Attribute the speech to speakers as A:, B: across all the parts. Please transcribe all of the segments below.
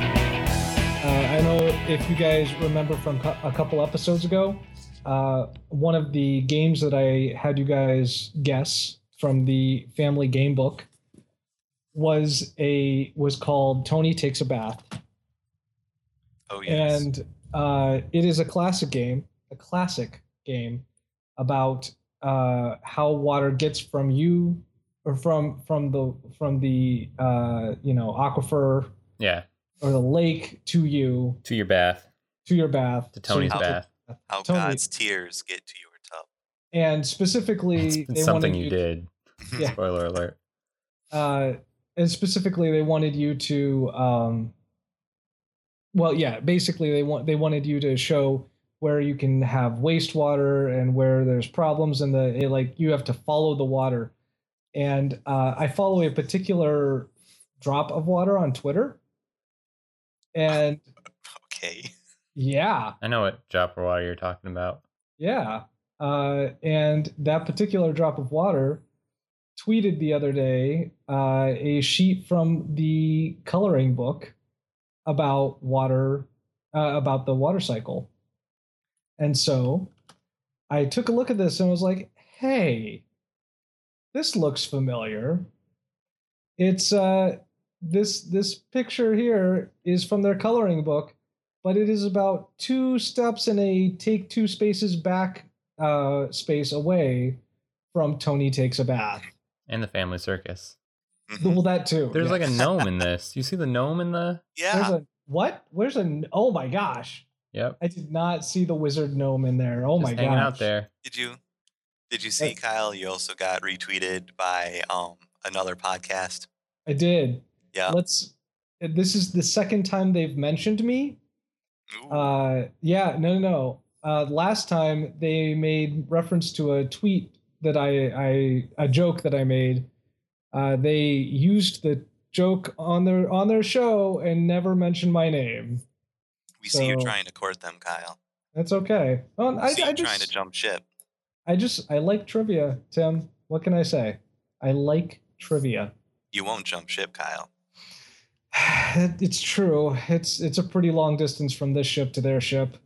A: Uh, I know if you guys remember from cou- a couple episodes ago, uh, one of the games that I had you guys guess from the family game book was a was called Tony Takes a Bath,
B: Oh yes.
A: and uh, it is a classic game, a classic game about uh, how water gets from you or from from the from the uh, you know aquifer
C: Yeah,
A: or the lake to you
C: to your bath,
A: to your bath
C: to
A: So
C: Tony's
A: you-
B: How-
C: bath.
B: How
A: Tony-
B: God's tears get to your tub.
A: and
C: It's
A: specifically
C: been
A: they
C: something
A: wanted
C: you did.
A: Yeah.
C: Spoiler alert.
A: uh, and specifically they wanted you to um, well yeah basically they want they wanted you to show where you can have wastewater and where there's problems and the it, like you have to follow the water and uh, i follow a particular drop of water on twitter and
B: Okay.
A: yeah
C: I know what drop of water you're talking about.
A: Yeah. Uh, and that particular drop of water tweeted the other day uh, a sheet from the coloring book about water, uh, about the water cycle. And so I took a look at this and was like, hey, this looks familiar. It's uh, this this picture here is from their coloring book but it is about two steps and a take two spaces back uh, space away from Tony takes a bath.
C: And the family circus.
B: Mm-hmm.
A: Well, that too.
C: There's like a
A: yes.
C: gnome in this. You see the gnome in the?
B: yeah.
A: There's a what? Where's a? Oh my gosh!
C: Yep.
A: I did not see the wizard gnome in there. Oh
C: just
A: my
C: hanging
A: gosh!
C: out there.
B: Did you did you see
A: Yeah.
B: Kyle? You also got retweeted by um another podcast.
A: I did.
B: Yeah.
A: Let's. This is the second time they've mentioned me.
B: Ooh,
A: Uh, yeah, no, no, no. Uh, last time they made reference to a tweet that I, I, a joke that I made. Uh, they used the joke on their on their show and never mentioned my name.
B: we see you
A: so-
B: trying to court them, Kyle.
A: That's okay. Well,
B: We
A: I,
B: see
A: I
B: you trying to
A: just,
B: jump ship.
A: I just, I like trivia, Tim. What can I say? I like trivia.
B: You won't jump ship, Kyle.
A: it's true. It's it's a pretty long distance from this ship to their ship.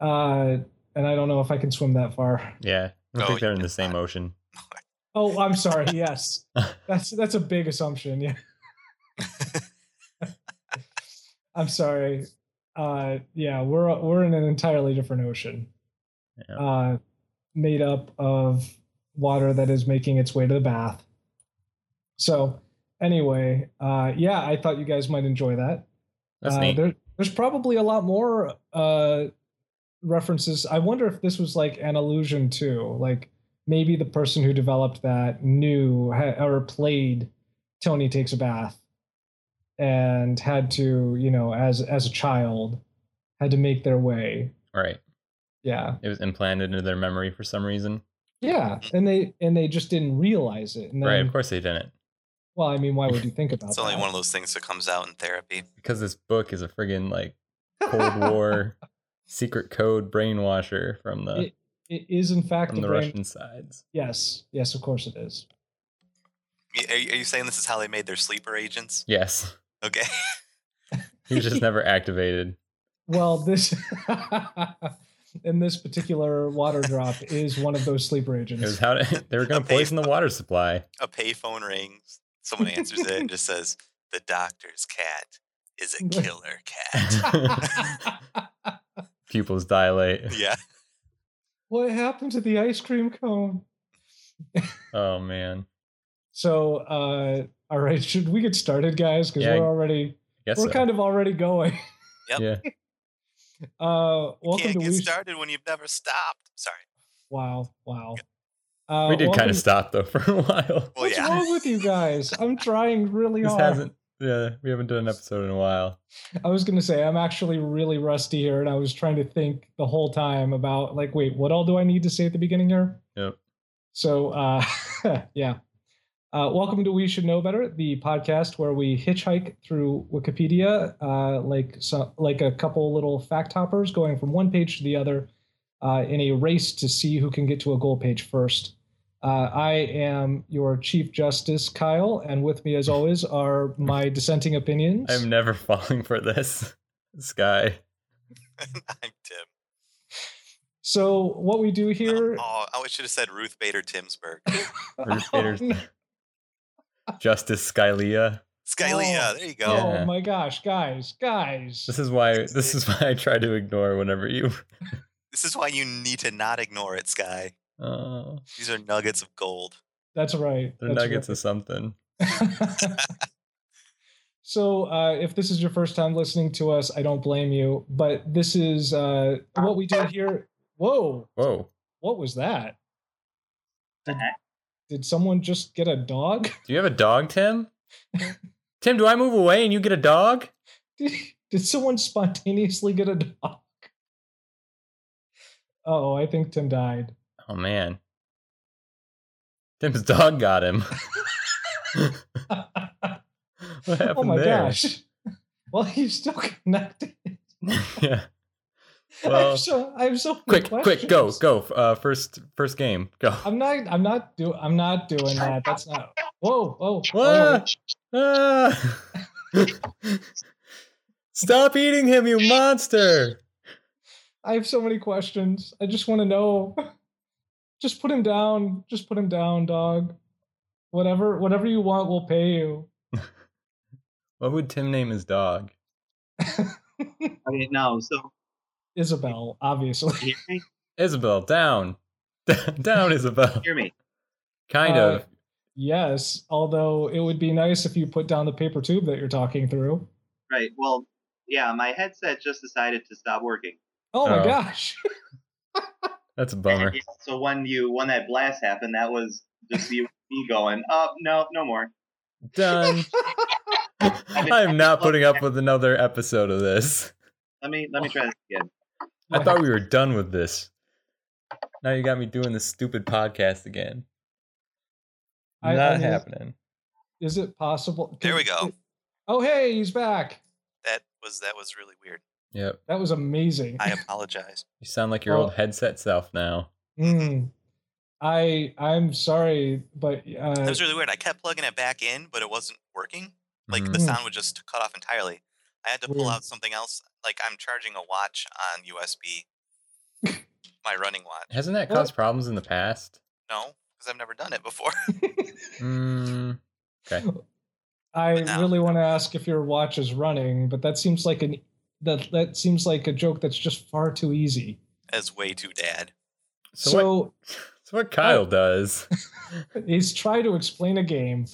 A: Uh, and I don't know if I can swim that far.
C: Yeah. I don't
B: Oh,
C: think they're in
B: yeah.
C: the same ocean.
A: Oh, I'm sorry. Yes, that's that's a big assumption. Yeah. I'm sorry. Uh, yeah, we're we're in an entirely different ocean,
C: Yeah.
A: uh, made up of water that is making its way to the bath. So, anyway, uh, yeah, I thought you guys might enjoy that.
C: That's
A: uh,
C: neat.
A: There, there's probably a lot more uh, references. I wonder if this was like an allusion to, like maybe the person who developed that knew ha- or played Tony Takes a Bath and had to, you know, as as a child, had to make their way.
C: Right.
A: Yeah,
C: It was implanted into their memory for some reason.
A: yeah, and they and they just didn't realize it. And then,
C: Right. Of course they didn't.
A: Well, I mean, why would you think about
B: It's only
A: that?
B: one of those things that comes out in therapy.
C: Because this book is a friggin' like Cold War secret code brainwasher from the
A: It is in fact
C: from
A: a
C: the
A: brain.
C: Russian sides.
A: Yes, yes, of course it is.
B: Y- Are you are you saying this is how they made their sleeper agents?
C: Yes.
B: Okay.
C: He was just never activated.
A: Well, this and this particular water drop is one of those sleeper
C: It was
A: agents.
C: how to, they were going to
B: Okay.
C: poison the water supply.
B: A payphone rings. Someone answers it and just says, "The doctor's cat is a killer cat."
C: Pupils dilate.
B: yeah.
A: what happened to the ice cream cone?
C: Oh man.
A: So, uh, all right, should we get started, guys? Because
C: Yeah,
A: we're already
C: Guess
A: we're
C: so.
A: kind of already going.
B: Yep.
C: Yeah.
A: Uh, welcome
B: Can't
A: to
B: get
A: we
B: started when you've never stopped. Sorry.
A: Wow, wow. Uh,
C: we did kind
A: welcome-
C: of stop though for a while.
B: Well,
A: What's
B: yeah.
A: wrong with you guys? I'm trying really
C: This
A: hard.
C: hasn't. Yeah, we haven't done an episode in a while.
A: I was gonna say I'm actually really rusty here, and I was trying to think the whole time about like, wait, what all do I need to say at the beginning here?
C: Yep.
A: So, uh, yeah, Uh, welcome to We Should Know Better, the podcast where we hitchhike through Wikipedia uh, like so, like a couple little fact hoppers going from one page to the other uh, in a race to see who can get to a goal page first. Uh, I am your Chief Justice, Kyle, and with me, as always, are my dissenting opinions.
C: I'm never falling for this. Sky.
B: I'm Tim.
A: so, what we do here.
B: Oh, I should have said Ruth Bader Timsburg.
C: Ruth
A: Oh,
C: Bader's-
A: no.
C: Justice Scalia.
B: Scalia, there you go.
C: Yeah.
A: Oh my gosh, guys, guys.
C: This is why this is why I try to ignore whenever you
B: This is why you need to not ignore it, Sky.
C: uh,
B: These are nuggets of gold.
A: That's right.
C: the
A: that's
C: nuggets
A: right.
C: of something.
A: so uh, if this is your first time listening to us i don't blame you but this is uh, what we do here whoa
C: Whoa.
A: what was that
D: The heck?
A: did someone just get a dog
C: Do you have a dog, Tim? Tim, do I move away and you get a dog?
A: did, did someone spontaneously get a dog oh i think tim died
C: Oh man. Tim's dog got him. what happened
A: oh my
C: there?
A: gosh well he's still connected
C: yeah.
A: i
C: Well,
A: have so i have so many
C: quick, quick, go,
A: questions.
C: go. Uh, first, first game, go.
A: I'm not. I'm not do. I'm not doing that. That's not. Whoa! oh, Whoa!
C: Whoa. Ah. Stop eating him, you monster!
A: I have so many questions. I just want to know. Just put him down. Just put him down, dog. Whatever. Whatever you want, we'll pay you.
C: What would Tim name his dog?
D: Okay, no. So
A: Isabel, obviously.
D: hear me,
C: Isabel, down, down, Isabel.
D: hear me.
C: Kind
A: Uh,
C: of.
A: Yes. Although it would be nice if you put down the paper tube that you're talking through.
D: Right. Well, yeah. My headset just decided to stop working.
A: Oh my
C: Oh.
A: gosh.
C: That's a bummer.
D: Yeah, so when you when that blast happened, that was just you me going, oh no, no more.
C: Done. I'm not putting up with another episode of this.
D: Let me let me try this again.
C: I thought we were done with this. Now you got me doing this stupid podcast again.
A: I- I
C: Not
A: mean,
C: happening.
A: Is it possible?
B: There we go.
A: Oh hey, he's back.
B: That was that was really weird.
C: Yep.
A: That was amazing.
B: I apologize.
C: You sound like your
A: Well-
C: old headset self now.
A: Mm. I I'm sorry, but
B: That
A: uh,
B: was really weird. I kept plugging it back in, but it wasn't working. Like
C: Mm-hmm.
B: the
A: Mhm.
B: sound would just cut off entirely. I had to pull
A: Weird.
B: out something else. Like I'm charging a watch on USB. My running watch.
C: Hasn't that
A: Well-
C: caused problems in the past?
B: No, because I've never done it before.
C: Mm,
A: I
B: But now-
A: really want to ask if your watch is running, but that seems like an that that seems like a joke that's just far too easy.
B: That's way too dad.
C: so, what,
A: So
C: so what Kyle does.
A: he's try to explain a game.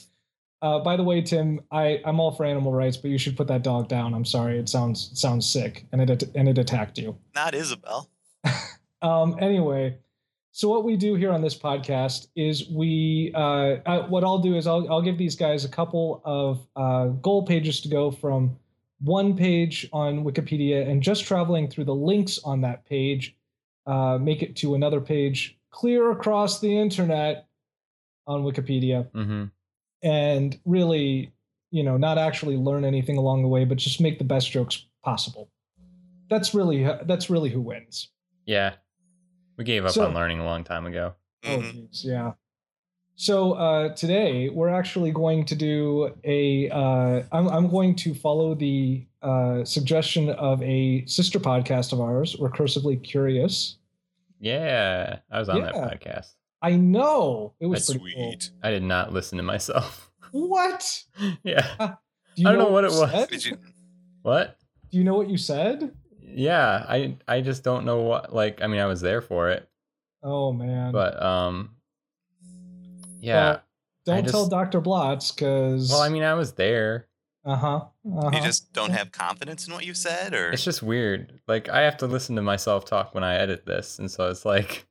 A: Uh, by the way, Tim, I I'm all for animal rights, but you should put that dog down. I'm sorry, it sounds it sounds sick, and it at- and it attacked you.
B: Not Isabel.
A: Um, anyway, so what we do here on this podcast is we, uh, uh what I'll do is I'll, I'll give these guys a couple of uh, goal pages to go from one page on Wikipedia and just traveling through the links on that page, uh, make it to another page clear across the internet on Wikipedia
C: hmm
A: and really, you know, not actually learn anything along the way, but just make the best jokes possible. That's really that's really who wins.
C: Yeah. We gave up
A: So-
C: on learning a long time ago.
A: Oh,
B: Mhm.
A: jeez, yeah. So uh, today we're actually going to do a. Uh, I'm, I'm going to follow the uh, suggestion of a sister podcast of ours, Recursively Curious.
C: Yeah. I was on that
A: Yeah.
C: podcast.
A: I know it was
C: That's
A: pretty cool.
C: I did not listen to myself.
A: What?
C: yeah.
A: Do you
C: I don't know what
A: you
C: it was.
A: said?
B: Did you,
C: What?
A: Do you know what you said?
C: Yeah, I I just don't know what like I mean I was there for it,
A: Oh man!
C: but um Yeah.
A: Don't
C: I just-
A: tell Doctor Blotz because.
C: Well, I mean I was there.
A: Uh huh. Uh
C: uh-huh.
B: you
A: huh.
B: just don't have confidence in what you said, or
C: It's just weird. Like I have to listen to myself talk when I edit this, and so it's like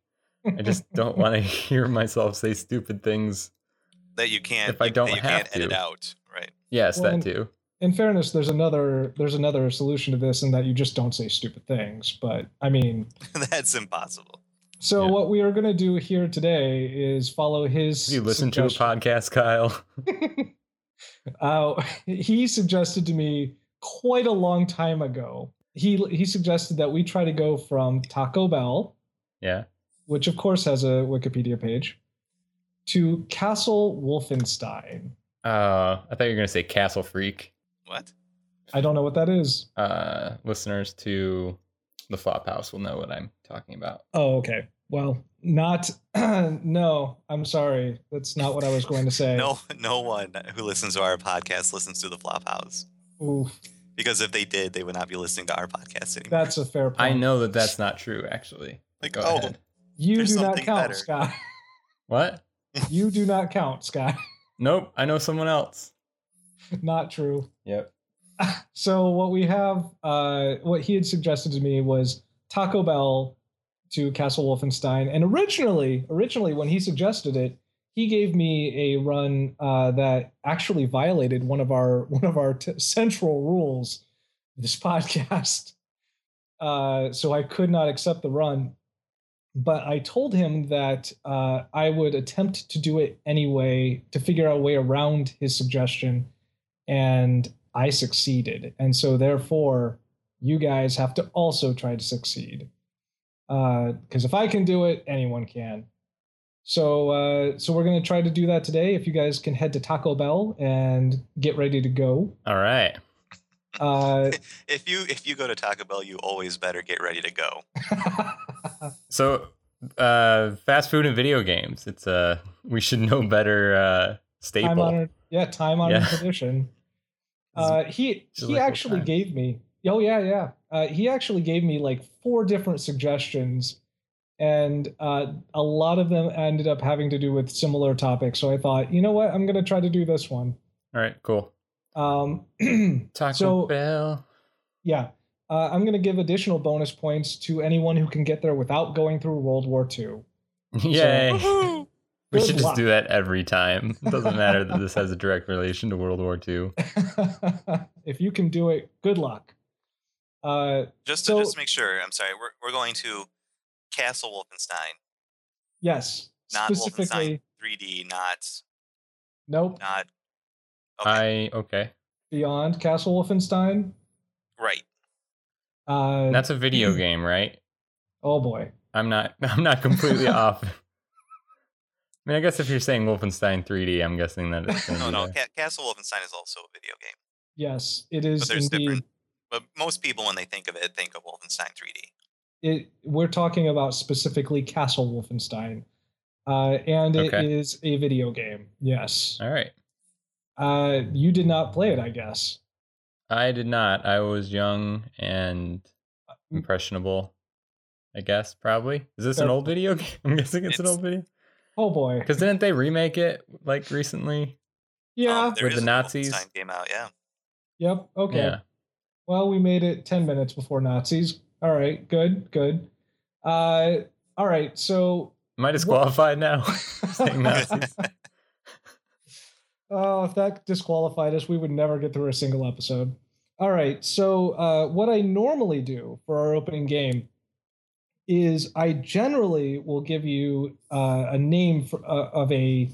C: I just don't want to hear myself say stupid things.
B: that you can't.
C: if I
B: you- that
C: don't
B: you
C: have
B: can't edit
C: to.
B: out, right?
C: Yes,
A: Well,
C: that
A: and-
C: too.
A: in fairness, there's another there's another solution to this, in that you just don't say stupid things. But I mean,
B: That's impossible.
A: So
C: Yeah.
A: what we are going to do here today is follow his.
C: Have you listened to a
A: suggestion.
C: podcast, Kyle?
A: Uh, he suggested to me quite a long time ago. He he suggested that we try to go from Taco Bell,
C: Yeah.
A: which of course has a Wikipedia page, to Castle Wolfenstein.
C: Uh, I thought you were gonna say Castle Freak.
B: What?
A: I don't know what that is.
C: Uh, listeners to the Flophouse will know what I'm talking about.
A: Oh, okay. Well, not no. I'm sorry. That's not what I was going to say.
B: No, no one who listens to our podcast listens to the Flophouse
A: Oof,
B: because if they did, they would not be listening to our podcast anymore.
A: that's a fair point.
C: I know that that's not true, actually.
B: Like,
C: Go
B: oh.
C: ahead.
A: you
B: There's
A: do not
B: something
A: count,
B: better.
A: Scott.
C: What?
A: You do not count, Scott.
C: Nope. I know someone else.
A: Not true.
C: Yep.
A: so what we have uh what he had suggested to me was taco bell to castle wolfenstein and originally originally when he suggested it he gave me a run uh that actually violated one of our one of our t- central rules of this podcast uh so i could not accept the run but i told him that uh i would attempt to do it anyway to figure out a way around his suggestion and I succeeded. And so therefore, you guys have to also try to succeed. Because if I can do it, anyone can. So uh, so we're gonna try to do that today. If you guys can head to Taco Bell and get ready to go.
C: All right.
A: Uh,
B: If you if you go to Taco Bell, you always better get ready to go.
C: So, uh, fast food and video games. It's uh, we should know better uh,
A: time
C: staple.
A: honored, yeah, time honored
C: Yeah.
A: tradition. Uh, he
C: It's a
A: he
C: local
A: actually
C: time.
A: gave me. Oh yeah, yeah. Uh, he actually gave me like four different suggestions, and uh, a lot of them ended up having to do with similar topics. So I thought, you know what, I'm gonna try to do this one.
C: All right. Cool.
A: Um,
C: Taco
A: So-
C: Bell.
A: yeah, uh, I'm gonna give additional bonus points to anyone who can get there without going through World War II.
C: Yay. we
A: Good
C: should just
A: luck.
C: do that every time. It doesn't matter that this has a direct relation to World War II.
A: if you can do it, good luck. Uh,
B: Just
A: So-
B: to just make sure. I'm sorry. We're we're going to Castle Wolfenstein,
A: yes,
B: not
A: specifically.
B: Wolfenstein 3D, not
A: Nope.
B: not. Okay,
C: I okay.
A: Beyond Castle Wolfenstein.
B: right.
A: Uh,
C: That's a video game, right?
A: oh boy.
C: I'm not. I'm not completely off. I mean, I guess if you're saying Wolfenstein 3D, I'm guessing that it's gonna
B: No,
C: be
B: no.
C: there.
B: Ca- Castle Wolfenstein is also a video game,
A: Yes, it is
B: but there's
A: indeed.
B: different. But most people, when they think of it, think of Wolfenstein Um, 3D.
A: It, we're talking about specifically Castle Wolfenstein, uh, and it is
C: Okay.
A: a video game. Yes,
C: All right.
A: uh, you did not play it, I guess.
C: I did not. I was young and
A: Mm.
C: impressionable. I guess probably. Is this an old video game? I'm guessing it's, an
B: It's-
C: old video.
A: Oh boy.
C: Because didn't they remake it like recently?
A: Yeah.
B: Oh, there
C: With
B: is
C: the
B: a
C: Nazis?
B: Wolfenstein came out. Yeah,
A: yep. Okay.
C: Yeah.
A: Well, we made it 10 minutes before Nazis. All right. Good. Good. Uh, all right. So.
C: Am I disqualified now? Saying Nazis.
A: Oh, if that disqualified us, we would never get through a single episode. All right. So, uh, what I normally do for our opening game is I generally will give you uh, a name for, uh, of a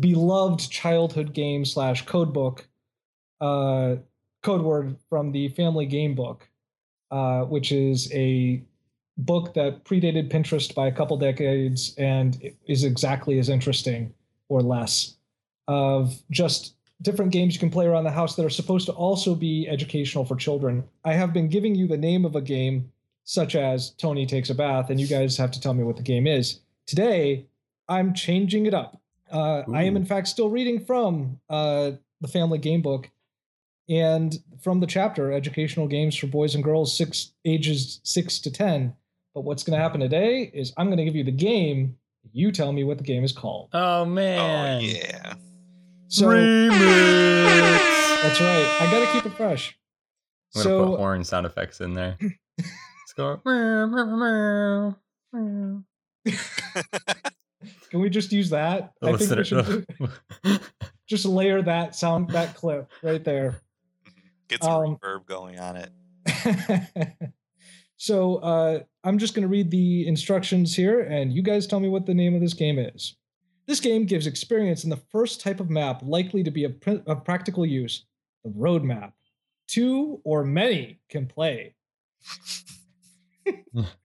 A: beloved childhood game slash code book, uh, code word from the Family Game Book, uh, which is a book that predated Pinterest by a couple decades and is exactly as interesting or less of just different games you can play around the house that are supposed to also be educational for children. I have been giving you the name of a game, such as Tony Takes a Bath, and you guys have to tell me what the game is. Today, I'm changing it up. Uh, I am, in fact, still reading from uh, the Family Game Book and from the chapter Educational Games for Boys and Girls, six ages six to 10. But what's going to happen today is I'm going to give you the game. You tell me what the game is called.
C: Oh man.
B: oh yeah.
A: So
C: Remix.
A: That's right. I gotta keep it fresh.
C: I'm gonna put
A: So
C: horn sound effects in there. Let's go. meow, meow, meow, meow.
A: can we just use that?
C: The
A: I think we
C: listener-
A: should ju- just layer that sound that clip right there.
B: Get some
A: Um,
B: reverb going on it.
A: uh, So uh, I'm just going to read the instructions here, and you guys tell me what the name of this game is. This game gives experience in the first type of map likely to be of, pr- of practical use, the road map. Two or many can play.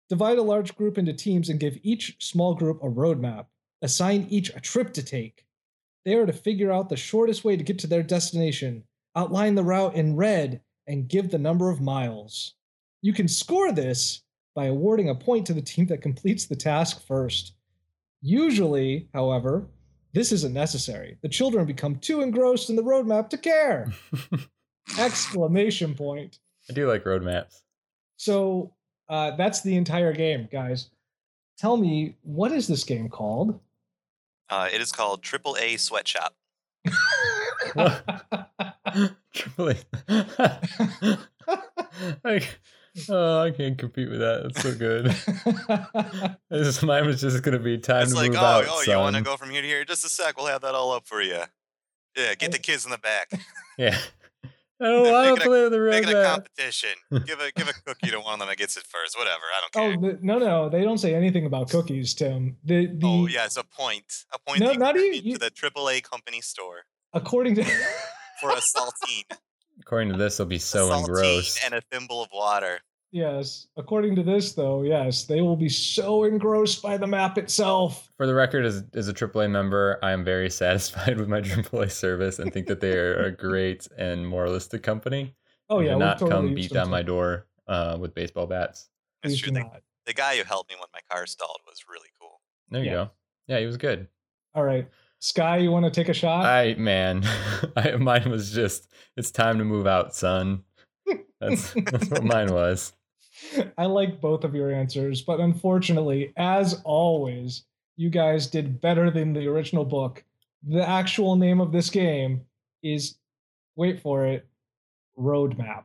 A: Divide a large group into teams and give each small group a roadmap. Assign each a trip to take. They are to figure out the shortest way to get to their destination, outline the route in red, and give the number of miles. You can score this by awarding a point to the team that completes the task first. Usually, however, this isn't necessary. The children become too engrossed in the roadmap to care! Exclamation point.
C: I do like roadmaps.
A: So uh, that's the entire game, guys. Tell me, what is this game called?
B: Uh, it is called Triple A Sweatshop.
A: Oh,
C: Truly. like, oh, I can't compete with that. That's so good. It's just- mine was just gonna be time
B: It's
C: to
B: like,
C: move
B: oh,
C: out.
B: oh, you want to
C: son."
B: go from here to here? Just a sec. We'll have that all up for you. Yeah, get the kids in the back.
C: Yeah. I don't want
B: Make it
C: to
B: a-
C: play the
B: Make it a
C: roadmap.
B: competition. Give a give a cookie to one of them that gets it first. Whatever. I don't
A: oh
B: care.
A: the, no, no, they don't say anything about cookies, Tim. The the
B: Oh, yeah, it's a point. A point.
A: No,
B: that you
A: not
B: can
A: even-
B: get
A: you-
B: to the AAA company store
A: according to
B: for a saltine,
C: According to this, they'll be
B: a
C: so
B: saltine
C: engrossed.
B: and a thimble of water.
A: yes, according to this though, yes, they will be so engrossed by the map itself.
C: For the record, as, as a AAA member, I am very satisfied with my AAA service and think that they are a great and moralistic company.
A: Oh
C: They
A: yeah,
C: did
A: we've
C: not
A: totally
C: come
A: used
C: beat
A: them
C: down my
A: too.
C: door uh, with baseball bats.
B: That's
A: Please
B: true.
A: do
B: The,
A: not.
B: the guy who helped me when my car stalled was really cool.
C: There
A: Yeah.
C: you go. Yeah, he was good.
A: All right, Sky, you want to take a shot?
C: I man, I, mine was just it's time to move out, son. That's that's what mine was.
A: I like both of your answers, but unfortunately, as always, you guys did better than the original book. The actual name of this game is wait for it, Roadmap.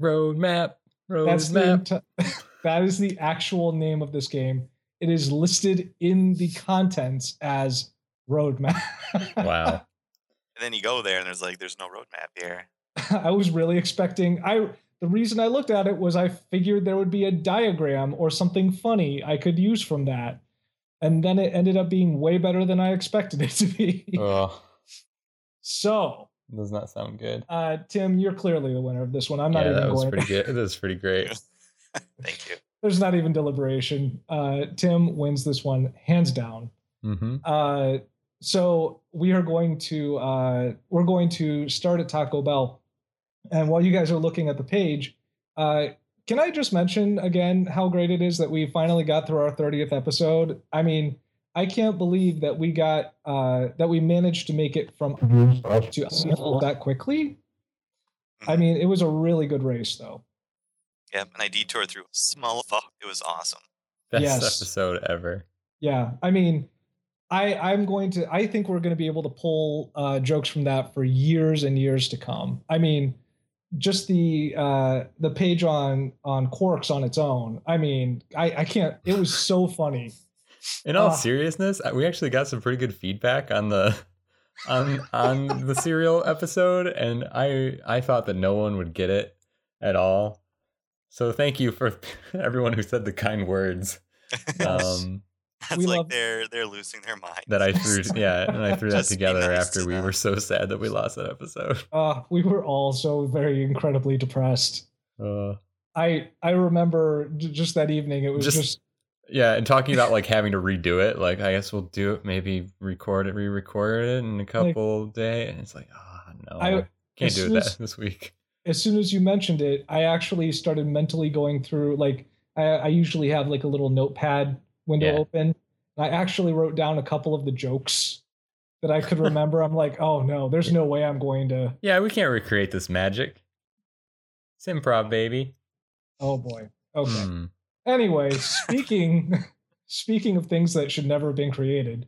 C: Roadmap,
A: That's the
C: roadmap.
A: enti- that is the actual name of this game. It is listed in the contents as Roadmap.
C: wow.
B: And then you go there and there's like, there's no roadmap here.
A: I was really expecting I the reason I looked at it was I figured there would be a diagram or something funny I could use from that. And then it ended up being way better than I expected it to be.
C: Oh,
A: So,
C: does not sound good.
A: uh, Tim, you're clearly the winner of this one. I'm not
C: yeah,
A: even
C: that was
A: going.
C: pretty good. That was pretty great.
B: Thank you.
A: There's not even deliberation. Uh, Tim wins this one hands down.
C: Mm-hmm.
A: Uh, so we are going to uh, we're going to start at Taco Bell, and while you guys are looking at the page, uh, can I just mention again how great it is that we finally got through our thirtieth episode? I mean, I can't believe that we got uh, that we managed to make it from to that quickly. I mean, it was a really good race, though.
B: Yep. And I detoured through small fuck. It was awesome.
C: Best
A: Yes.
C: episode ever.
A: Yeah, I mean, I I'm going to I think we're going to be able to pull uh, jokes from that for years and years to come. I mean, just the uh, the page on on Quarks on its own. I mean, I I can't. It was so funny.
C: In all
A: Ah.
C: seriousness, I- we actually got some pretty good feedback on the on on the serial episode, and I I thought that no one would get it at all. So thank you for everyone who said the kind words um,
B: That's
A: We
B: like
A: love-
B: they're they're losing their mind.
C: that I threw. Yeah, and I threw that
B: Just be
C: together
B: nice
C: after
B: to
C: we
B: them.
C: were so sad that we lost that episode.
A: Uh, we were all so very incredibly depressed.
C: Uh,
A: I I remember j- just that evening. It was
C: Just-
A: just
C: yeah, and talking about like having to redo it, like I guess we'll do it, maybe record it, re-record it in a couple days, and it's like, ah, no,
A: I-
C: can't
A: as
C: do
A: soon
C: that
A: as-
C: this week.
A: as soon as you mentioned it, I actually started mentally going through like I, I usually have like a little notepad window
C: Yeah.
A: open. I actually wrote down a couple of the jokes that I could remember. I'm like, oh no, there's no way I'm going to.
C: Yeah, we can't recreate this magic. It's improv, baby.
A: Oh boy. Okay.
C: Hmm.
A: Anyway, speaking speaking of things that should never have been created,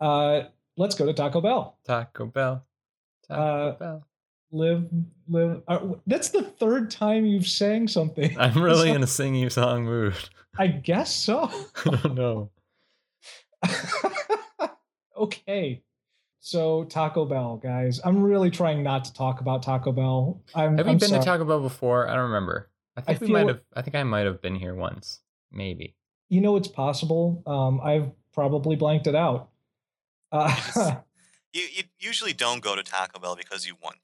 A: uh, let's go to Taco Bell.
C: Taco Bell. Taco
A: Uh,
C: Bell.
A: Live, live. Uh, that's the third time you've sang something.
C: I'm really
A: so-
C: in a singing song mood.
A: I guess so.
C: I don't know.
A: okay. So Taco Bell, guys. I'm really trying not to talk about Taco Bell. I'm,
C: Have we
A: I'm
C: been
A: sorry.
C: to Taco Bell before? I don't remember. I I think we
A: feel-
C: might have. I think I might have been here once, maybe.
A: You know, it's possible. Um, I've probably blanked it out. Uh,
B: Yes. You, you usually don't go to Taco Bell because you want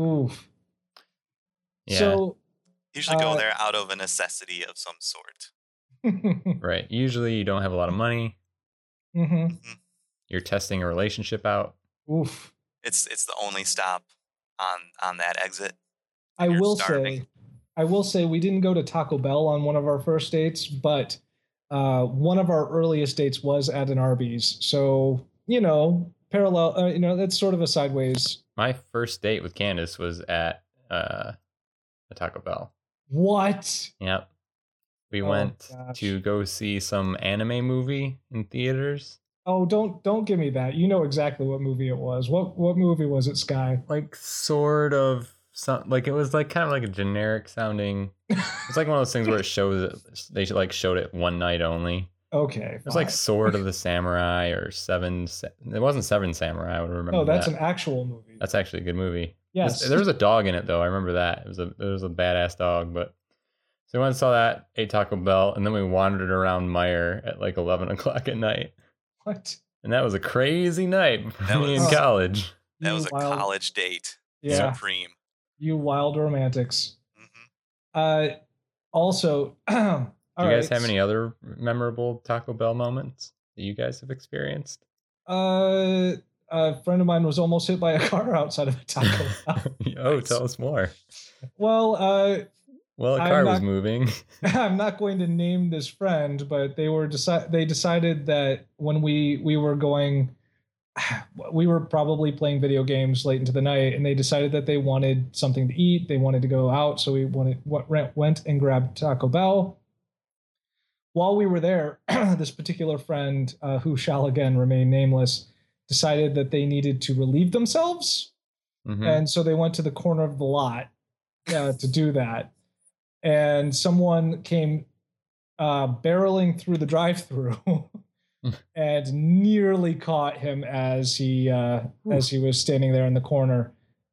A: oof.
C: Yeah,
A: So,
B: Usually go
A: Uh,
B: there out of a necessity of some sort.
A: Mhm.
C: right. Usually, you don't have a lot of money.
A: Um,
B: Hmm.
C: You're testing a relationship out.
A: oof.
B: It's it's the only stop on on that exit.
A: I
B: You're
A: will
B: starving.
A: say, I will say, we didn't go to Taco Bell on one of our first dates, but uh, one of our earliest dates was at an Arby's. So you know, parallel. Uh, you know, that's sort of a sideways.
C: My first date with Candace was at uh, a Taco Bell.
A: What?
C: Yep. We
A: Oh,
C: went
A: gosh.
C: to go see some anime movie in theaters,
A: Oh, don't don't give me that. You know exactly what movie it was. What what movie was it, Sky?
C: like sort of some like it was like kind of like a generic sounding. It's like one of those things where it shows it, they like showed it one night only.
A: Okay,
C: It was like Sword of the Samurai or Seven. Sa- It wasn't Seven Samurai. I would remember.
A: no, Oh, that's
C: that.
A: an actual movie.
C: That's actually a good movie. This-
A: yes,
C: There was a dog in it though. I remember that. It was a it was a badass dog, but so we went and saw that, ate Taco Bell, and then we wandered around Meyer at like eleven o'clock at night.
A: what?
C: And that was a crazy night for
B: That
C: me in
A: was-
C: college.
B: That
A: You
B: was a
A: wild-
B: college date.
A: Yeah,
B: Supreme.
A: you wild romantics.
B: hmm
A: Uh, also, all
C: Do you guys have any other memorable Taco Bell moments that you guys have experienced?
A: Uh, a friend of mine was almost hit by a car outside of a Taco Bell.
C: oh,
B: Nice.
C: tell us more.
A: well, uh,
C: Well, a
A: I'm
C: car was
A: not-
C: moving.
A: I'm not going to name this friend, but they were deci- they decided that when we we were going we were probably playing video games late into the night and they decided that they wanted something to eat, they wanted to go out, so we wanted what rent went and grabbed Taco Bell. While we were there, this particular friend uh, who shall again remain nameless decided that they needed to relieve themselves
C: Mhm.
A: and so they went to the corner of the lot uh, to do that and someone came uh, barreling through the drive-through and nearly caught him as he uh, as he was standing there in the corner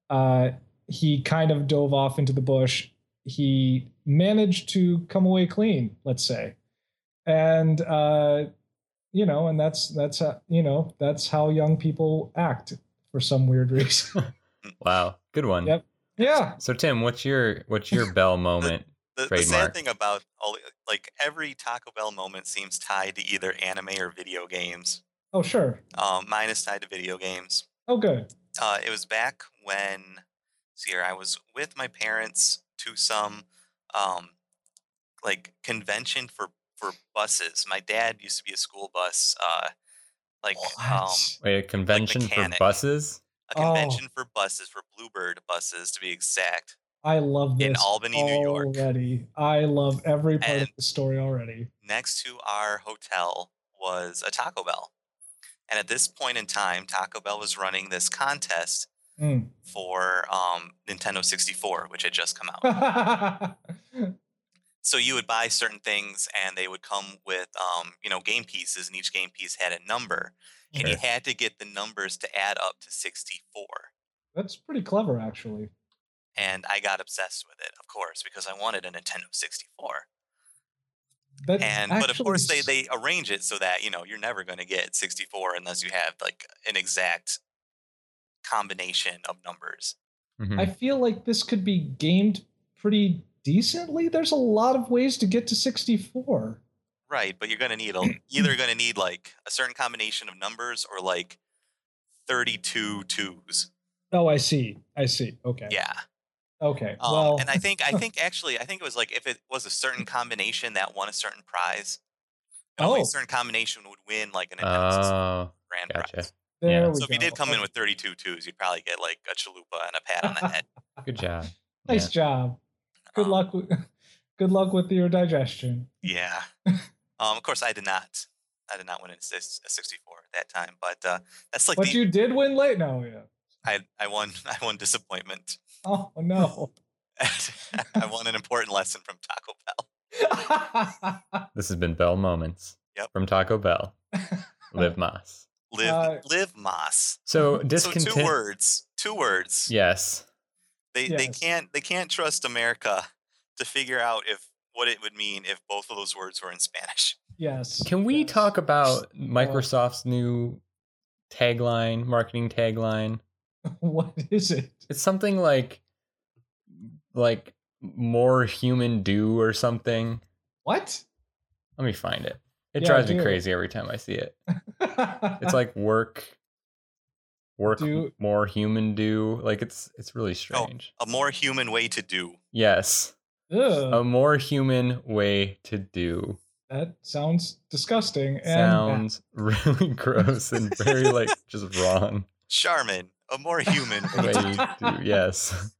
A: uh, he kind of dove off into the bush he managed to come away clean let's say and uh, you know and that's that's how you know that's how young people act for some weird reason
C: Wow, good one.
A: Yep. Yeah.
C: So Tim, what's your what's your Bell moment?
B: The, the
C: Trademark.
B: sad thing about all like every Taco Bell moment seems tied to either anime or video games.
A: Oh, sure.
B: Um, mine is tied to video games.
A: Oh, good.
B: Uh, it was back when, see here, I was with my parents to some um, like convention for for buses. My dad used to be a school bus, uh, like um,
C: Wait, a convention for
B: mechanic.
C: buses?
B: a
A: Oh.
B: convention for buses for Bluebird buses to be exact.
A: I love this
B: in Albany, New York.
A: already. I love every part of
B: And-
A: the story already.
B: next to our hotel was a Taco Bell. And at this point in time, Taco Bell was running this contest
A: Mm.
B: for um, Nintendo 64, which had just come out. so you would buy certain things and they would come with, um, you know, game pieces and each game piece had a number. And you
C: Sure.
B: had to get the numbers to add up to 64.
A: That's pretty clever, actually.
B: And I got obsessed with it, of course, because I wanted a Nintendo 64.
A: That's
B: and but of
A: actually
B: course they
A: s-
B: they arrange it so that you know you're never going to get 64 unless you have like an exact combination of numbers
C: Mhm.
A: I feel like this could be gamed pretty decently. There's a lot of ways to get to 64.
B: right but you're going to need a, either going to need like a certain combination of numbers or like 32 twos
A: Oh, I see. I see. Okay.
B: yeah
A: Okay.
B: um,
A: well,
B: and i think i think actually i think it was like if it was a certain combination that won a certain prize and only
A: Oh.
B: a certain combination would win like an Nintendo
C: Oh,
B: grand
C: gotcha.
B: prize
A: there
C: yeah.
A: we
B: so if you
A: go.
B: did come in with 32 twos you'd probably get like a chalupa and a pat on the head
C: good job.
A: nice job. Good
B: Um,
A: luck. With, good luck with your digestion.
B: Yeah. um, of course, I did not. I did not win a, sis- a 64 at that time, but uh, that's like
A: But
B: the
A: you did win late now, yeah.
B: I, I won. I won disappointment.
A: Oh no.
B: I won an important lesson from Taco Bell.
C: This has been Bell Moments
B: Yep.
C: from Taco Bell. Live Moss.
B: Live,
A: Uh,
B: live, Moss.
C: So
B: So
C: discontent.
B: two words. Two words.
C: Yes.
B: They they
A: Yes.
B: can't they can't trust America to figure out if what it would mean if both of those words were in Spanish.
A: Yes.
C: Can we
A: yes.
C: talk about Microsoft's new tagline, marketing tagline?
A: what is it?
C: It's something like like more human do or something.
A: What?
C: Let me find it. It
A: Yeah,
C: drives me
A: do it.
C: crazy every time I see it. It's
A: it's
C: like work work
A: Do-
C: more human do. Like it's it's really strange.
B: A more human way to do.
C: Yes.
A: Uh,
C: A more human way to do.
A: that sounds disgusting. And
C: Sounds really gross and very like just wrong.
B: Charmin, a more human way
C: way
B: to
C: to yes.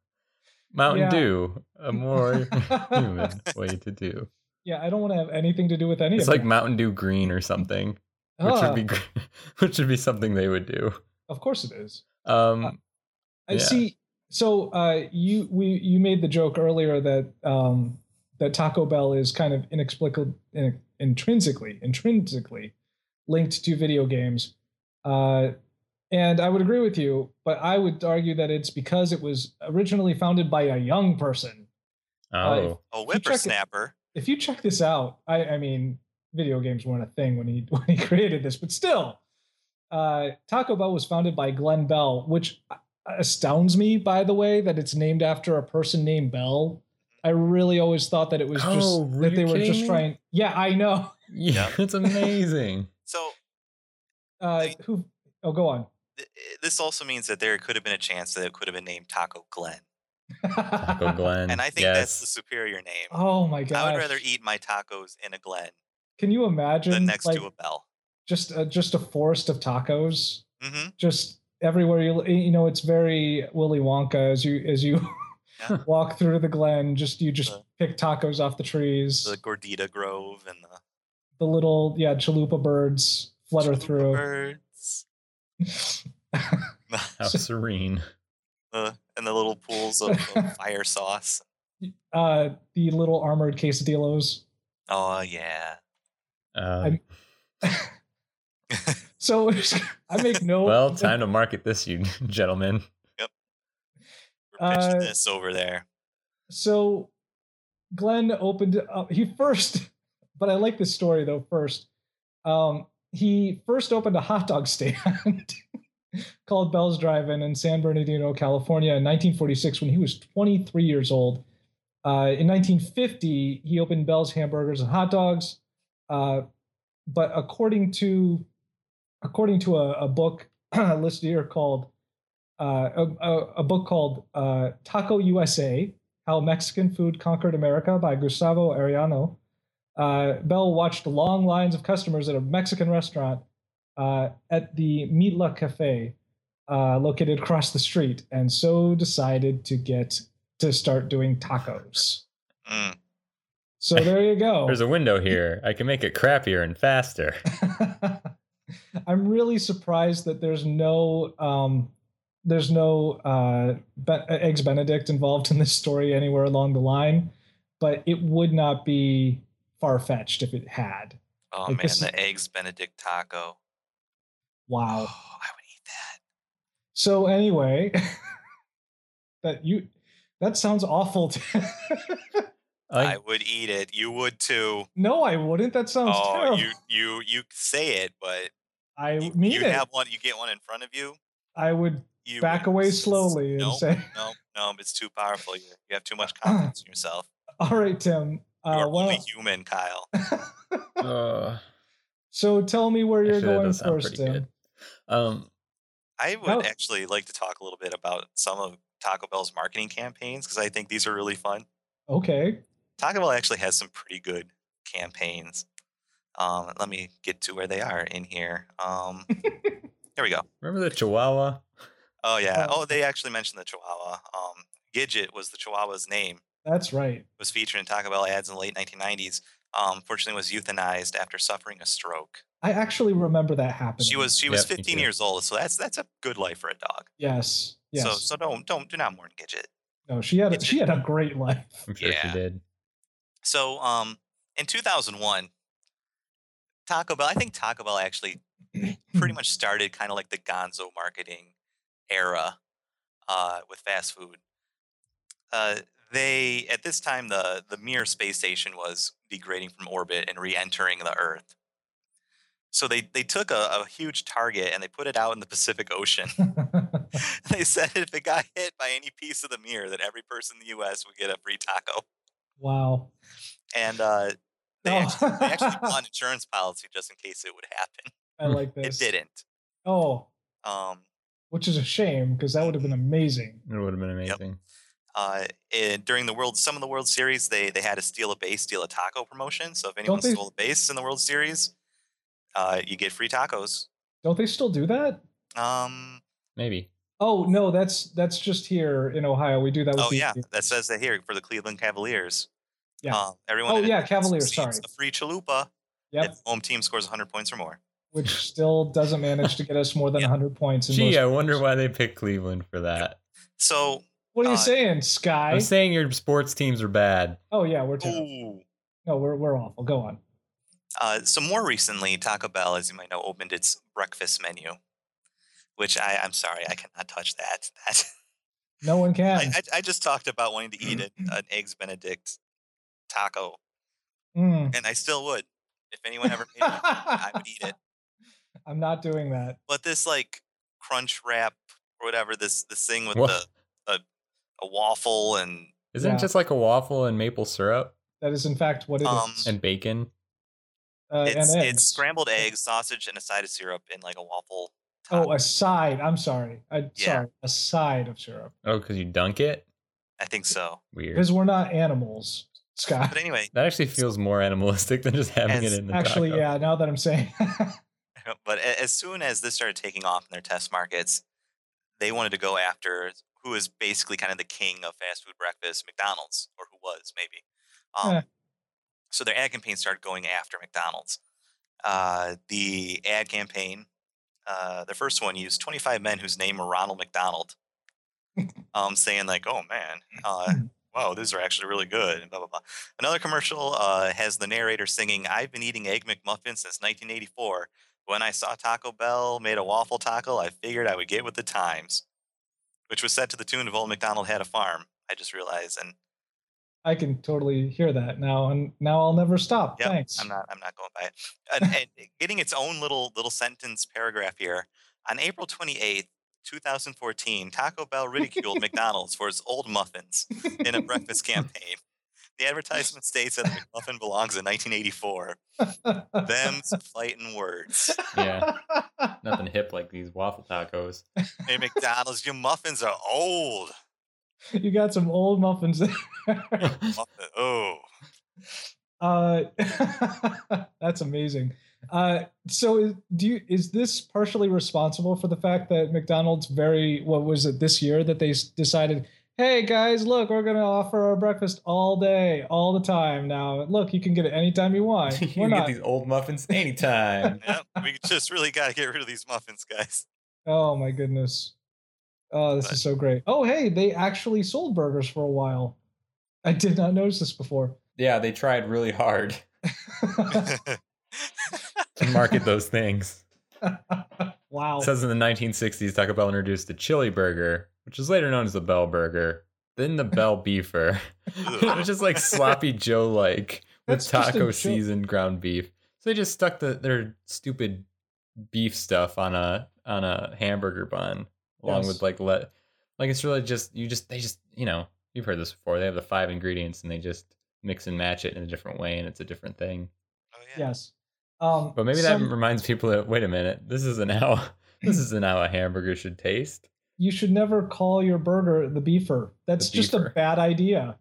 C: Mountain
A: Yeah.
C: Dew, a more human way to do.
A: Yeah, I don't want to have anything to do with any
C: It's
A: of
C: like
A: that.
C: Mountain Dew Green or something, which
A: Ah,
C: would be gr- which would be something they would do.
A: Of course it is.
C: Um,
A: I
C: Yeah.
A: see. So uh, you we you made the joke earlier that um, that Taco Bell is kind of inexplicable, in, intrinsically intrinsically linked to video games, uh, and I would agree with you. But I would argue that it's because it was originally founded by a young person. Uh,
B: a
C: oh,
A: check it-
B: whippersnapper.
A: If you check this out, I, I mean, video games weren't a thing when he when he created this, but still, uh, Taco Bell was founded by Glenn Bell, which uh, astounds me, by the way, that it's named after a person named Bell. I really always thought that it was just
C: Oh, were
A: that
C: you
A: they were
C: kidding
A: just
C: me?
A: trying. Yeah, I know.
C: yeah,
B: Yeah.
C: it's amazing.
B: So
A: Uh, who? Oh, go on.
B: th- eh, this also means that there could have been a chance that it could have been named Taco Glen,
C: Taco Glen,
B: and I think that's the
C: yes.
B: superior name.
A: oh my god.
B: I would rather eat my tacos in a Glen
A: Can you imagine
B: than next
A: like
B: to a Bell.
A: just a, just a forest of tacos?
B: hmm
A: just everywhere you you know it's very Willy Wonka as you as you
B: Yeah.
A: walk through the glen just you just
B: Uh,
A: pick tacos off the trees
B: The Gordita Grove and the
A: the little yeah chalupa birds flutter
B: Chalupa birds,
A: through
C: How serene.
B: uh, and the little pools of, of fire sauce.
A: uh the little armored quesadillos
B: Oh yeah,
C: Um,
A: so I make no
C: well, time to market this, you gentlemen.
B: we're
A: Uh,
B: pitching this over there.
A: so Glenn opened up he first but I like this story though first um he first opened a hot dog stand called Bell's Drive-In in San Bernardino, California in 1946 when he was 23 years old. Uh, in 1950, he opened Bell's Hamburgers and Hot Dogs. Uh, but according to according to a, a book listed here called uh, a, a, a book called uh, Taco USA: How Mexican Food Conquered America by Gustavo Arellano, uh, Bell watched long lines of customers at a Mexican restaurant uh, at the Mitla Cafe, uh, located across the street, and so decided to get to start doing tacos.
B: Mm.
A: So there you go.
C: There's a window here. I can make it crappier and faster.
A: I'm really surprised that there's no um, there's no uh, Be- eggs Benedict involved in this story anywhere along the line, but it would not be far fetched if it had.
B: Oh
A: like
B: man,
A: this
B: the eggs Benedict taco.
A: Wow.
B: Oh, I would eat that.
A: So anyway, that you that sounds awful. To,
B: I
C: I,
B: would eat it. You would too.
A: no, I wouldn't. That sounds
B: oh,
A: terrible.
B: you you you say it, but
A: I
B: you,
A: mean
B: you
A: it.
B: have one. You get one in front of you.
A: I would
B: You
A: back
B: would
A: away
B: s-
A: slowly and
B: nope,
A: say,
B: no, no, it's too powerful. You you have too much confidence in yourself.
A: "All right, Tim.
B: You
A: Uh,
B: are
A: why
B: only
A: don't-
B: human, Kyle.
C: uh,
A: so tell me where you're
C: actually, that
A: going
C: does sound
A: first,
C: pretty
A: Tim.
C: good. Um,
B: I would
A: How-
B: actually like to talk a little bit about some of Taco Bell's marketing campaigns because I think these are really fun.
A: Okay.
B: Taco Bell actually has some pretty good campaigns. Um, let me get to where they are in here. Um, here we go.
C: remember the Chihuahua?
B: Oh yeah.
A: Oh.
B: Oh, they actually mentioned the Chihuahua. Um, Gidget was the Chihuahua's name.
A: That's right.
B: was featured in Taco Bell ads in the late 1990s. Um, fortunately, was euthanized after suffering a stroke.
A: I actually remember that happening.
B: She was she was
C: Yep, me
B: 15
C: too.
B: years old, so that's that's a good life for a dog.
A: Yes. Yes.
B: So so don't don't do not mourn Gidget.
A: no, she had a,
B: it's-
A: she had a great life.
C: I'm sure she
B: Yeah.
C: did.
B: So um, in 2001, Taco Bell I think Taco Bell actually
A: Hmm.
B: pretty much started kind of like the gonzo marketing era uh, with fast food. Uh, they at this time the the Mir space station was degrading from orbit and re-entering the Earth. So they they took a, a huge target and they put it out in the Pacific Ocean. they said if it got hit by any piece of the Mir, that every person in the U.S. would get a free taco.
A: wow.
B: And uh, they,
A: Oh.
B: actually, they actually bought an insurance policy just in case it would happen.
A: I like this.
B: It didn't.
A: Oh,
B: Um,
A: which is a shame because that would have been amazing.
C: It would have been amazing.
B: uh, in, during the world, some of the World Series, they they had a steal a base, steal a taco promotion. So if anyone
A: they-
B: stole a base in the World Series, uh, you get free tacos.
A: Don't they still do that?
B: Um,
C: Maybe.
A: Oh no, that's that's just here in Ohio. We do that. With
B: oh
A: the-
B: yeah, that says that here for the Cleveland Cavaliers.
A: Yeah.
B: Um, everyone.
A: Oh,
B: in
A: yeah,
B: attendance
A: Cavaliers,
B: receives
A: sorry.
B: A free chalupa
A: Yep.
B: if home team scores 100 points or more.
A: Which still doesn't manage to get us more than
B: Yeah.
A: 100 points. In
C: Gee,
A: most-
C: I wonder why they picked Cleveland for that.
B: So,
A: what are you
B: uh,
A: saying, Sky?
C: I'm saying your sports teams are bad.
A: oh yeah, we're terrible.
B: ooh,
A: No, we're we're awful. Go on.
B: Uh, so more recently, Taco Bell, as you might know, opened its breakfast menu, which I, I'm sorry, I cannot touch that. That-
A: No one can.
B: I, I, I just talked about wanting to eat a,
A: Mm-hmm.
B: an eggs Benedict taco,
A: Mm.
B: and I still would if anyone ever made it. I would eat it.
A: I'm not doing that.
B: But this like crunch wrap or whatever this this thing with
C: What?
B: the a, a waffle and
C: Isn't
A: Yeah.
C: it just like a waffle and maple syrup
A: That is in fact what it is.
B: Um,
C: and bacon?
A: Uh,
B: it's
A: and
B: it's
A: eggs.
B: scrambled eggs, sausage, and a side of syrup in like a waffle. Top.
A: Oh, a side. I'm sorry. I
B: Yeah.
A: sorry. A side of syrup
C: Oh, because you dunk it?
B: I think so.
C: Weird.
A: because we're not animals, Scott.
B: But anyway,
C: That actually feels more animalistic than just having
B: As-
C: it in the
A: Actually,
C: taco.
A: yeah. Now that I'm saying,
B: But a- as soon as this started taking off in their test markets, they wanted to go after who is basically kind of the king of fast food breakfast, McDonald's, or who was maybe. Um,
A: Yeah.
B: So their ad campaign started going after McDonald's. Uh, the ad campaign, uh, the first one used 25 men whose name were Ronald McDonald, um, saying like, "Oh man, uh, wow, these are actually really good." And blah blah blah. Another commercial uh, has the narrator singing, "I've been eating egg McMuffin since 1984." When I saw Taco Bell made a waffle taco, I figured I would get with the times, which was set to the tune of Old MacDonald Had a Farm. I just realized, and
A: I can totally hear that now, and now I'll never stop.
B: Yep,
A: Thanks.
B: I'm not, I'm not going by it. And, and it getting its own little little sentence paragraph here. On April 28th, 2014, Taco Bell ridiculed McDonald's for its old muffins in a breakfast campaign. The advertisement states that the McMuffin belongs in 1984. Them's fighting words.
C: Yeah. Nothing hip like these waffle tacos.
B: Hey, McDonald's, your muffins are old.
A: you got some old muffins there.
B: Muffin- oh.
A: Uh, that's amazing. Uh, so is, do you, is this partially responsible for the fact that McDonald's very what was it this year that they s- decided, hey guys, look, we're gonna offer our breakfast all day, all the time now. Look, you can get it anytime you want. we're not.
C: old muffins anytime.
B: Yep, we just really got to get rid of these muffins, guys.
A: Oh my goodness. Oh, this is so great. Oh hey, they actually sold burgers for a while. I did not notice this before.
C: yeah, they tried really hard to market those things.
A: wow.
C: It says in the 1960s, Taco Bell introduced the chili burger, which is later known as the Bell Burger, then the Bell Beefer,
B: Oh,
C: which is like sloppy Joe like with
A: That's just a
C: taco
A: joke.
C: seasoned ground beef. So they just stuck the, their stupid beef stuff on a on a hamburger bun, along
A: Yes.
C: with like let like it's really just you just they just you know you've heard this before. They have the five ingredients and they just mix and match it in a different way, and it's a different thing.
B: Oh,
A: Yes. Um,
C: But maybe
A: some-
C: that reminds people that wait a minute, this isn't how this isn't how a hamburger should taste.
A: you should never call your burger the beefer. That's just a
C: beefer.
A: bad idea.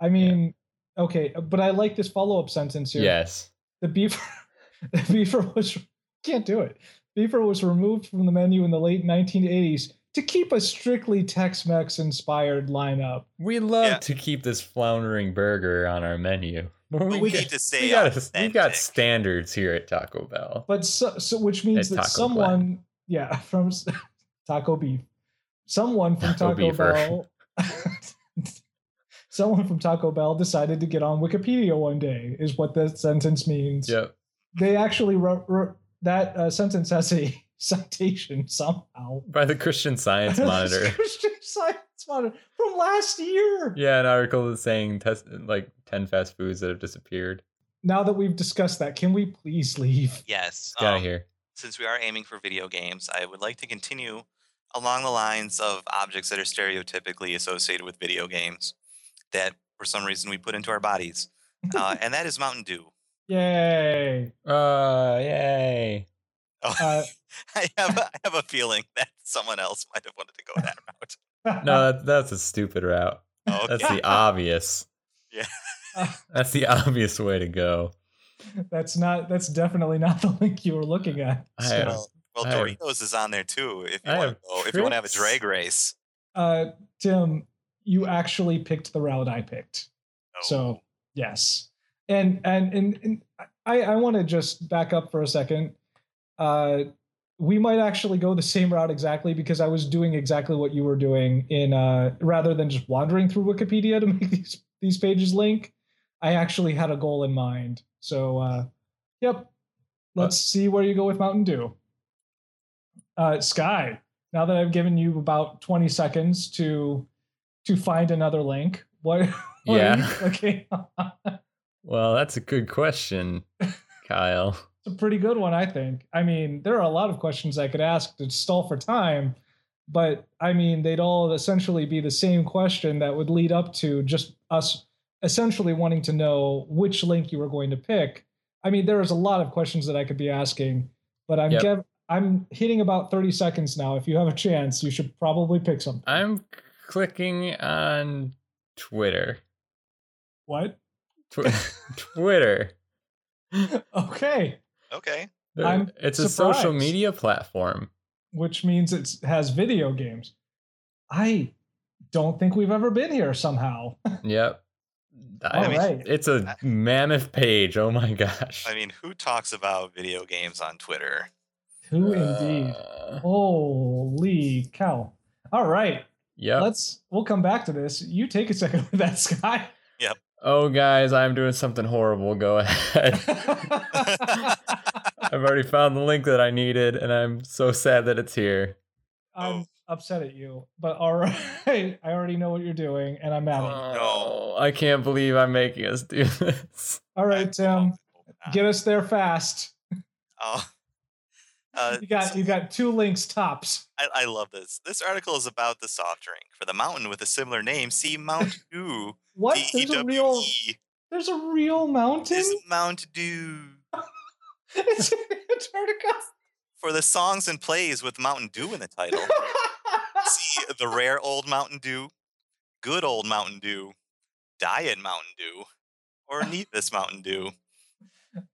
A: I mean, okay, but I like this follow up sentence here.
C: Yes,
A: The beefer, the beefer was can't do it. Beefer was removed from the menu in the late 1980s to keep a strictly Tex-Mex inspired lineup.
C: we love
B: Yeah.
C: to keep this floundering burger on our menu. But
B: We,
C: we, get-
B: need to say
C: we got, we got standards here at Taco Bell.
A: But so, so which means
C: At
A: that
C: Taco Bell.
A: someone, yeah, from s- Taco Beef, someone from
C: Taco
A: Taco,
C: Beefer.
A: Bell, someone from Taco Bell decided to get on Wikipedia one day. Is what that sentence means.
C: Yep.
A: They actually re- re- that uh, sentence has a citation somehow.
C: By the Christian Science Monitor.
A: Christian Science water from last year.
C: Yeah, an article is saying test like ten fast foods that have disappeared.
A: Now that we've discussed that, can we please leave?
B: Yes.
C: Get out
B: um,
C: of here.
B: Since we are aiming for video games, I would like to continue along the lines of objects that are stereotypically associated with video games that for some reason we put into our bodies. Uh, and that is Mountain Dew.
A: Yay.
C: Uh, yay.
B: Oh,
A: Uh,
B: I, have, I have a feeling that someone else might have wanted to go that route.
A: Uh-huh.
C: No, that, that's a stupid route.
B: Oh,
C: That's
B: okay.
C: the obvious.
B: Yeah.
C: That's the obvious way to go.
A: that's not that's definitely not the link you were looking at.
C: I
A: So,
C: have-
B: Well,
C: I have-
B: Doritos is on there too. If you
C: I
B: want to
C: have
B: go, if you want to have a
C: tricks.
B: drag race.
A: uh Tim, you actually picked the route I picked. So yes, and and and, and I I want to just back up for a second. Uh, we might actually go the same route exactly because I was doing exactly what you were doing in uh, rather than just wandering through Wikipedia to make these these pages link. I actually had a goal in mind. So uh, yep, let's see where you go with Mountain Dew. Uh, Sky. Now that I've given you about twenty seconds to to find another link, what what are you
C: Yeah.
A: clicking on?
C: Well, that's a good question, Kyle.
A: It's a pretty good one, I think. I mean, there are a lot of questions I could ask to stall for time, but I mean, they'd all essentially be the same question that would lead up to just us essentially wanting to know which link you were going to pick. I mean, there is a lot of questions that I could be asking, but I'm
C: Yep.
A: gev- I'm hitting about 30 seconds now. If you have a chance, you should probably pick something.
C: I'm clicking on Twitter.
A: What?
C: Tw- Twitter.
A: Okay.
B: okay,
C: There-
A: I'm
C: it's a social
A: surprised.
C: media platform.
A: Which means it has video games. I don't think we've ever been here somehow.
C: Yep. I
A: All
C: mean,
A: right.
C: It's a mammoth page. Oh my gosh.
B: I mean, who talks about video games on Twitter?
A: Who indeed?
C: Uh,
A: Holy cow. All right.
C: Yep.
A: Let's we'll come back to this. You take a second with that sky.
C: oh, guys, I'm doing something horrible. Go ahead. I've already found the link that I needed, and I'm so sad that it's here.
A: I'm upset at you, but all right. I already know what you're doing and I'm mad at you.
C: Oh, I can't believe I'm making us do this.
A: All right, um, Tim.
B: Uh,
A: Get us there fast.
B: oh. Uh,
A: You got
B: so
A: you got two links tops.
B: I, I love this. This article is about the soft drink for the mountain with a similar name. See Mount Dew.
A: What? There's a real
C: E
B: D-E-W-E
A: there's a real mountain?
B: E, is Mount Dew.
A: It's in Antarctica.
B: For the songs and plays with Mountain Dew in the title. See the rare old Mountain Dew, good old Mountain Dew, diet Mountain Dew, or need this Mountain Dew.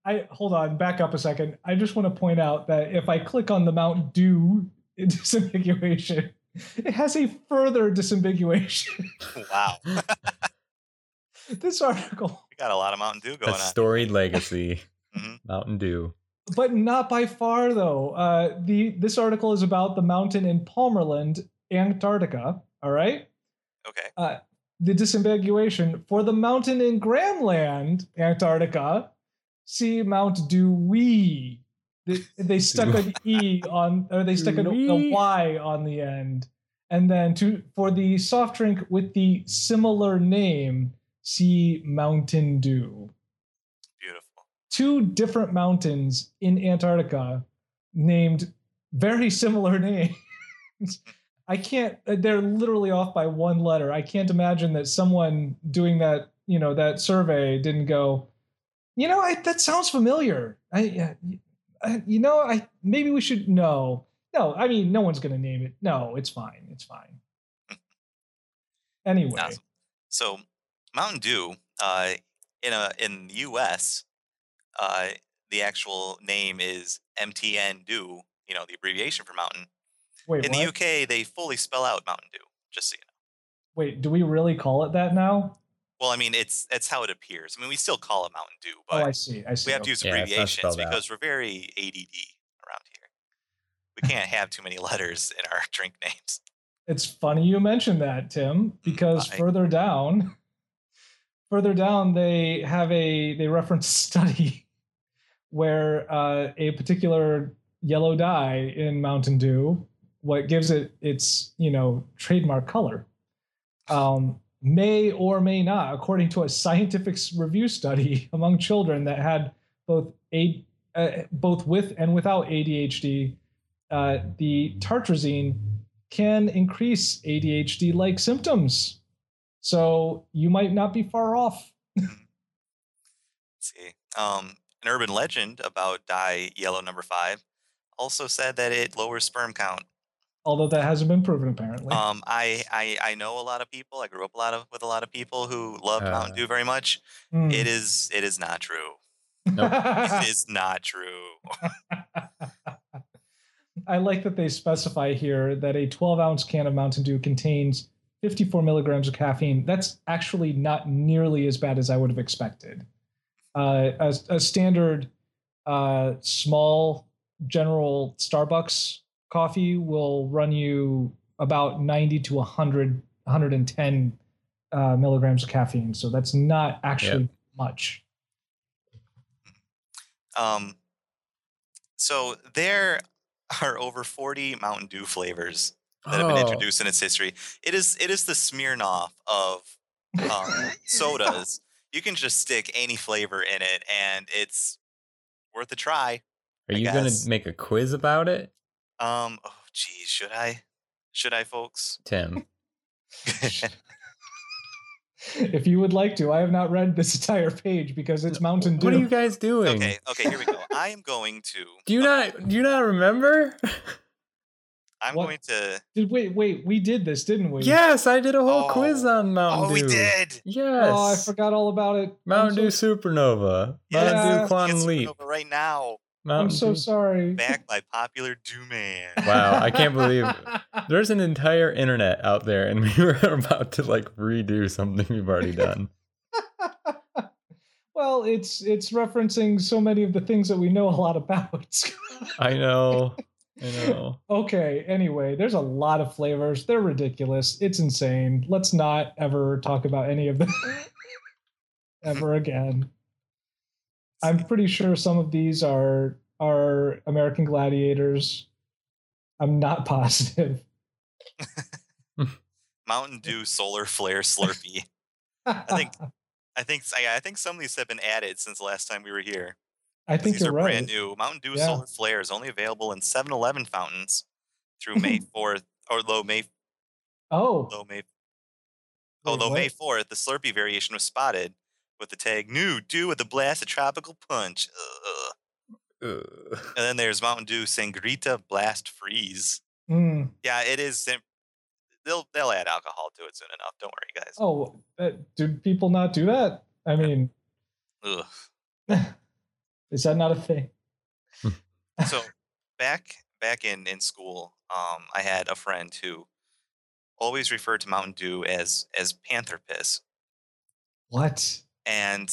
A: I hold on, back up a second. I just want to point out that if I click on the Mount Dew disambiguation, it has a further disambiguation.
B: Wow, we
A: this article,
B: got a lot of Mountain Dew going
C: A
B: on.
C: storied legacy.
B: Mhm.
C: Mountain Dew.
A: but not by far though. Uh, the this article is about the mountain in Palmerland, Antarctica. All right.
B: Okay,
A: the disambiguation for the mountain in Gramland, Antarctica. See Mount Dewey. They, they stuck an E on, or they stuck an, E a
C: Dewey.
A: Y on the end. And then to for the soft drink with the similar name, see Mountain Dew.
B: beautiful.
A: Two different mountains in Antarctica named very similar names. I can't. uh, They're literally off by one letter. I can't imagine that someone doing that, you know, that survey didn't go. You know, I, that sounds familiar. I, I, you know, I maybe we should no, no. I mean, no one's going to name it. No, it's fine. It's fine. Anyway,
B: Awesome. So Mountain Dew, uh, in a in the U.S., uh, the actual name is MTN Dew. You know the abbreviation for Mountain.
A: wait,
B: In
A: what?
B: the UK, they fully spell out Mountain Dew. Just so you know.
A: wait. Do we really call it that now?
B: Well, I mean, it's that's how it appears. I mean, we still call it Mountain Dew,
A: oh, I
B: but
A: see. I see.
B: we have to use
C: Yeah, it's not
B: abbreviations
C: spelled out.
B: because we're very ADD around here. We can't have too many letters in our drink names.
A: It's funny you mentioned that, Tim, because
B: I-
A: further down, further down, they have a they reference a study where uh, a particular yellow dye in Mountain Dew, what gives it its you know trademark color, um, may or may not, according to a scientific s- review study among children that had both a uh, both with and without ADHD, uh, the tartrazine can increase ADHD like symptoms. So you might not be far off.
B: see. Um, an urban legend about dye yellow number five also said that it lowers sperm count.
A: Although that hasn't been proven apparently.
B: Um, I, I I know a lot of people. I grew up a lot of with a lot of people who loved Mountain
C: Uh,
B: Dew very much.
A: Hmm.
B: It is it is not true. it is not true.
A: I like that they specify here that a 12 ounce can of Mountain Dew contains 54 milligrams of caffeine. That's actually not nearly as bad as I would have expected. Uh, a, a standard uh, small general Starbucks coffee will run you about 90 to 100, 110 uh, milligrams of caffeine. So that's not actually much.
B: Um, so there are over 40 Mountain Dew flavors that have been
C: Oh,
B: introduced in its history. It is it is the Smirnoff of um, sodas. You can just stick any flavor in it, and it's worth a try.
C: Are
B: I
C: you going
B: guess.
C: to make a quiz about it,
B: Um, oh geez, should I? Should I, folks?
C: Tim?
A: if you would like to, I have not read this entire page because it's Mountain Dew.
C: What are you guys doing?
B: Okay, Uh, okay, here we go. I am going to.
C: Do you not do you not remember?
B: I'm
A: What?
B: going to.
A: Did, wait, wait, we did this, didn't we?
C: yes, I did a whole
B: Oh.
C: quiz on Mountain
B: Oh,
C: Dew.
B: we did.
C: Yes.
A: Oh, I forgot all about it. I'm
C: Mountain
A: so-
C: Dew Supernova.
A: Yes.
C: Mountain
A: Yeah.
C: Dew Quantum
B: It's
C: Leap.
B: Supernova Right now,
C: Mountain
A: I'm so
C: Dew-
A: sorry.
B: back by popular Dew Man.
C: Wow, I can't believe- There's an entire internet out there, and we were about to like redo something we've already done.
A: well, it's it's referencing so many of the things that we know a lot about.
C: I know. I know.
A: okay, anyway, there's a lot of flavors. They're ridiculous. It's insane. Let's not ever talk about any of them ever again. I'm pretty sure some of these are are American gladiators. I'm not positive.
B: Mountain Dew Solar Flare Slurpee.
A: I
B: think- I think I, I think some of these have been added since the last time we were here.
A: I
B: 'cause
A: think
B: these
A: you're
B: are
A: right.
B: brand new. Mountain Dew
A: Yeah.
B: Solar Flare is only available in 7-Eleven fountains through May 4th or low May
A: Oh,
B: low May oh
A: wait,
B: low
A: what?
B: May 4th. The Slurpee variation was spotted with the tag "New Dew with a blast of tropical punch." Ugh.
C: Ugh.
B: And then there's Mountain Dew Sangrita Blast Freeze.
A: Mm.
B: Yeah, it is. sim- They'll they'll add alcohol to it soon enough. Don't worry, guys.
A: Oh, that, do people not do that? I mean,
B: Ugh.
A: is that not a thing?
B: so back back in in school um i had a friend who always referred to mountain dew as as panther piss
A: What?
B: and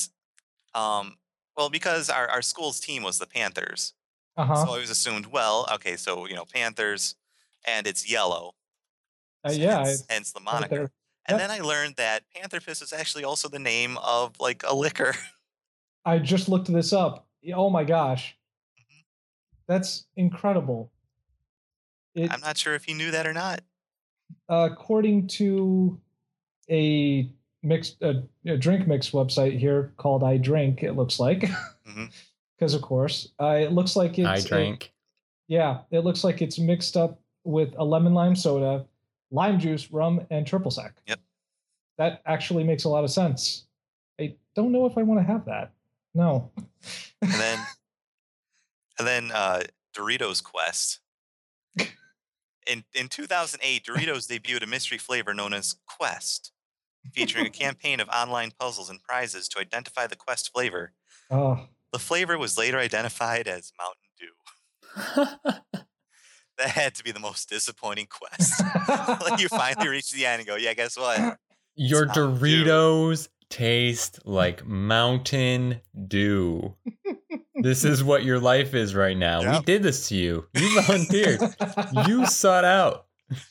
B: um well because our, our school's team was the panthers
A: Uh huh.
B: so i was assumed well okay so you know panthers and it's yellow
A: uh,
B: so
A: yeah.
B: hence,
A: it's
B: hence the
A: right
B: moniker
A: there. Yep.
B: and then i learned that panther piss is actually also the name of like a liquor
A: I just looked this up. Yeah, Oh my gosh,
B: Mm-hmm.
A: that's incredible. It,
B: i'm not sure if he knew that or not
A: according to a mix a, a drink mix website here called I Drink, it looks like.
B: Mhm.
A: Because of course, uh, it looks like it's
C: I
A: a-
C: drank.
A: yeah, it looks like it's mixed up with a lemon lime soda, lime juice, rum, and triple sec.
B: Yep.
A: That actually makes a lot of sense. I don't know if I want to have that. No.
B: and then and then uh, Doritos Quest. In in 2008, Doritos debuted a mystery flavor known as Quest, featuring a campaign of online puzzles and prizes to identify the Quest flavor.
A: Oh,
B: The flavor was later identified as Mountain Dew. That had to be the most disappointing quest. like you finally reach the end and go, yeah, guess what?
C: Your
B: It's Mountain Dew.
C: Doritos taste like Mountain Dew. this is what your life is right now. We
B: Yep.
C: did this to you. You volunteered. you sought out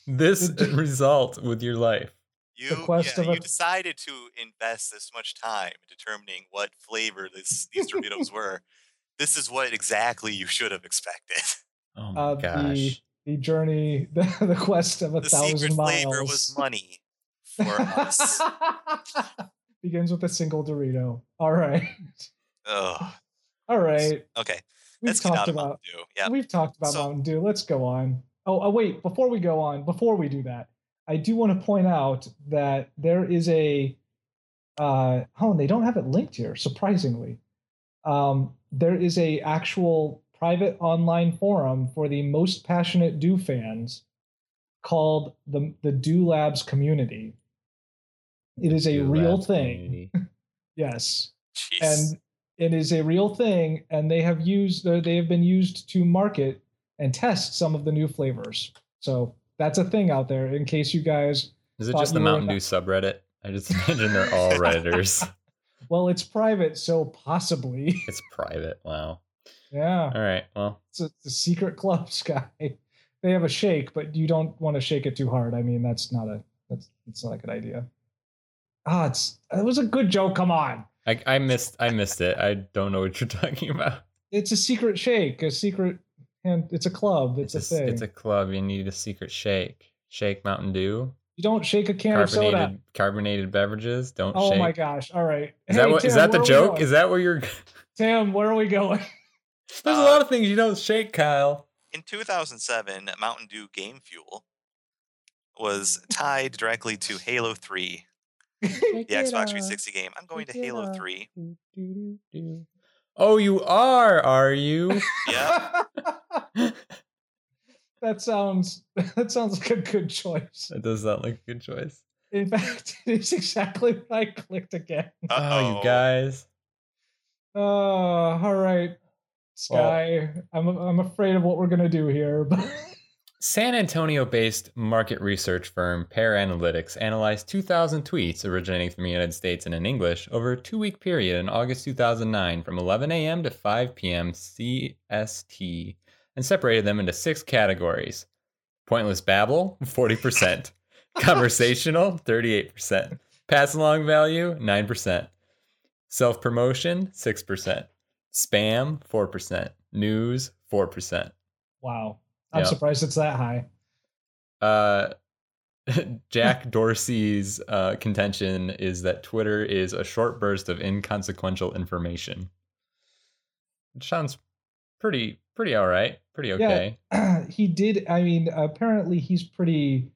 C: this
A: The d-
C: result with your life.
B: You
A: quest
B: yeah,
A: of a-
B: you decided to invest this much time in determining what flavor this, these Doritos were. This is what exactly you should have expected.
C: Oh my
A: Uh, the-
C: gosh.
A: the journey, the, the quest of a
B: the
A: thousand
B: secret
A: miles.
B: flavor was money. for us.
A: Begins with a single Dorito. All right.
B: Ugh.
A: All right.
B: Okay,
A: We've
B: let's get
A: talked
B: out of
A: about
B: Mountain Dew. Yeah,
A: We've talked about
B: So-
A: Mountain Dew. Let's go on. Oh, oh, wait. Before we go on, before we do that, I do want to point out that there is a. Uh, oh, and they don't have it linked here. Surprisingly, um, there is a actual private online forum for the most passionate Dew fans, called the the Dew Labs community. It is a
C: Dew
A: real
C: Labs
A: thing.
C: community.
A: Yes,
B: jeez.
A: and it is a real thing and they have used uh, they have been used to market and test some of the new flavors so that's a thing out there in case you guys
C: Is it
A: Thought
C: just the
A: you were
C: Mountain
A: not-
C: Dew subreddit? I just imagine they're all redditors.
A: well it's private so possibly
C: It's private. Wow.
A: yeah
C: All right. Well,
A: it's a, it's a secret club sky they have a shake but you don't want to shake it too hard i mean that's not a that's it's not a good idea ah it's it was a good joke come on
C: I, I missed I missed it. I don't know what you're talking about.
A: it's a secret shake a secret and it's a club it's, a
C: s-
A: thing
C: It's a club. You need a secret shake. Shake Mountain Dew.
A: you don't shake a can of soda
C: Carbonated carbonated beverages. Don't
A: Oh
C: shake.
A: my gosh! All right.
C: Is that what? Is that the joke? Is that where you're?
A: Tim? Where are we going?
C: There's a lot of things you don't shake, Kyle.
B: in 2007, Mountain Dew Game Fuel was tied directly to Halo 3, the
A: uh,
B: Xbox 360 game. I'm going to
C: Shake it
B: Halo
C: up.
B: 3.
C: Oh, you are, are you?
B: Yeah,
A: that sounds that sounds like a good choice.
C: that does sound like a good choice.
A: In fact, it's exactly what I clicked again.
C: Oh,
B: Uh-oh.
C: you guys.
A: Uh, all right, Sky. I'm I'm afraid of what we're gonna do here, but
C: San Antonio based market research firm Pear Analytics analyzed 2,000 tweets originating from the United States and in English over a two week period in August 2009 from 11 a.m. to 5 p.m. CST and separated them into six categories pointless babble, 40%, conversational, 38%, pass along value, 9%, self promotion, 6%, spam, 4%, news, 4%.
A: wow, I'm
C: Yeah.
A: surprised it's that high.
C: Uh, Jack Dorsey's uh, contention is that Twitter is a short burst of inconsequential information. Which sounds pretty, pretty all right, pretty okay.
A: he did i mean apparently he's pretty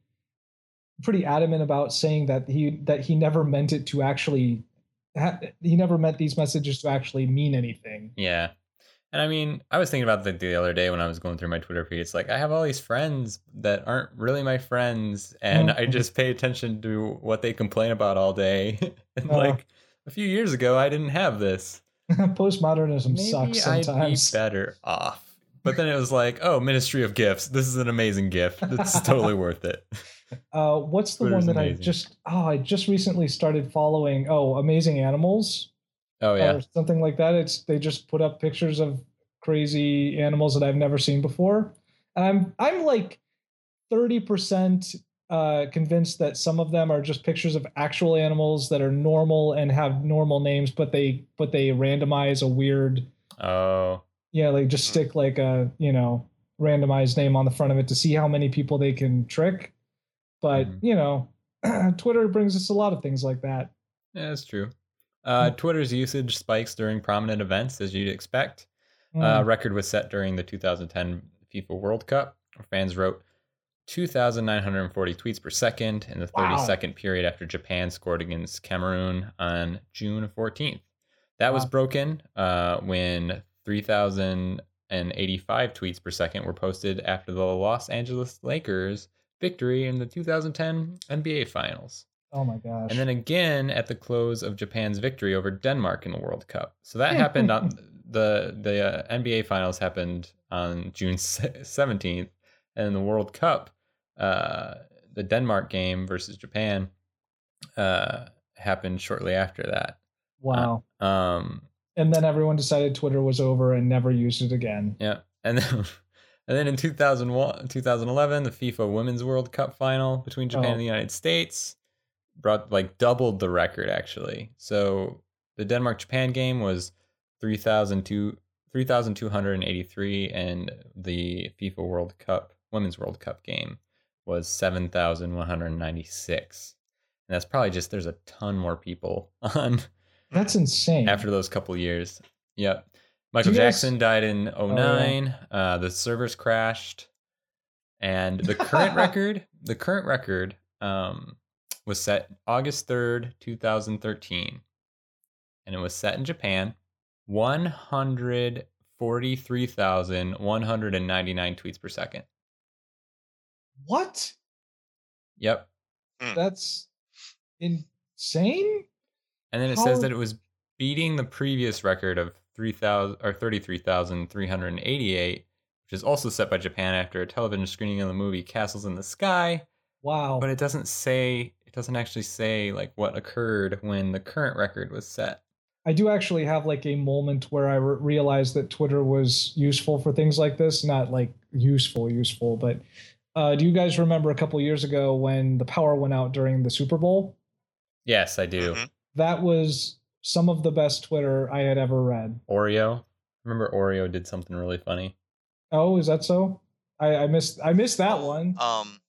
A: pretty adamant about saying that he that he never meant it to actually ha- he never meant these messages to actually mean anything
C: Yeah. And I mean, I was thinking about that the other day when I was going through my Twitter feed. It's like I have all these friends that aren't really my friends, and I
A: Mhm.
C: just pay attention to what they complain about all day. and
A: Uh-huh.
C: like a few years ago, I didn't have this.
A: postmodernism sucks sometimes
C: I'd be better off. But then it was like, oh, Ministry of Gifts. This is an amazing gift. It's totally worth it.
A: uh what's the
C: Twitter's
A: one that i
C: amazing.
A: just oh i just recently started following oh amazing animals
C: Oh yeah,
A: or something like that. It's they just put up pictures of crazy animals that I've never seen before. And I'm I'm like 30% uh, convinced that some of them are just pictures of actual animals that are normal and have normal names, but they but they randomize a weird
C: oh
A: yeah, like just
B: Hmm.
A: stick like a you know randomized name on the front of it to see how many people they can trick. But
C: Mhm.
A: you know, Twitter brings us a lot of things like that.
C: yeah, that's true. Uh, Twitter's usage spikes during prominent events, as you'd expect. Uh,
A: Mm.
C: record was set during the 2010 FIFA World Cup. where Fans wrote 2,940 tweets per second in the
A: Wow.
C: 30 second period after Japan scored against Cameroon on June 14th. That was
A: Wow.
C: broken uh, when 3,085 tweets per second were posted after the Los Angeles Lakers' victory in the 2010 NBA Finals.
A: oh my gosh.
C: And then uh, again at the close of Japan's victory over Denmark in the World Cup. So that happened on the the uh, NBA Finals happened on June seventeenth, and the World Cup, uh, the Denmark game versus Japan, uh, happened shortly after that.
A: wow.
C: Um,
A: and then everyone decided Twitter was over and never used it again.
C: Yeah. And then and then in 2001, 2011, the FIFA Women's World Cup final between Japan
A: Oh.
C: and the United States brought like doubled the record actually. So the Denmark Japan game was 3,002 3,283 and the FIFA World Cup Women's World Cup game was 7,196. And that's probably just there's a ton more people on
A: That's insane.
C: after those couple years. Yep. Michael
A: you guys-
C: Jackson died in 09. Uh, the servers crashed. And the current record, the current record um, was set August 3rd, 2013. And it was set in Japan. 143,199 tweets per second.
A: what?
C: Yep.
A: That's insane.
C: And then it
A: How-
C: says that it was beating the previous record of 3,000 or 33,388, which is also set by Japan after a television screening of the movie Castles in the Sky,
A: Wow.
C: but it doesn't say it doesn't actually say like what occurred when the current record was set.
A: I do actually have like a moment where I re- realized that Twitter was useful for things like this. Not like useful, useful, but uh, do you guys remember a couple years ago when the power went out during the Super Bowl?
C: Yes, I do.
B: Mhm.
A: That was some of the best Twitter I had ever read.
C: Oreo. Remember Oreo did something really funny.
A: Oh, is that so? I, I missed I missed that one.
B: Um,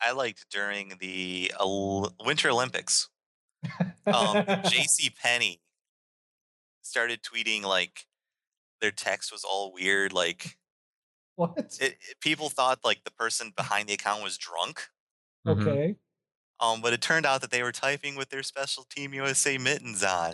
B: I liked during the Ol- Winter Olympics. Um, J.C. Penney started tweeting like their text was all weird. Like
A: what?
B: it, it- people thought like the person behind the account was drunk.
C: Mhm.
A: Okay,
B: Um, but it turned out that they were typing with their special team USA mittens on.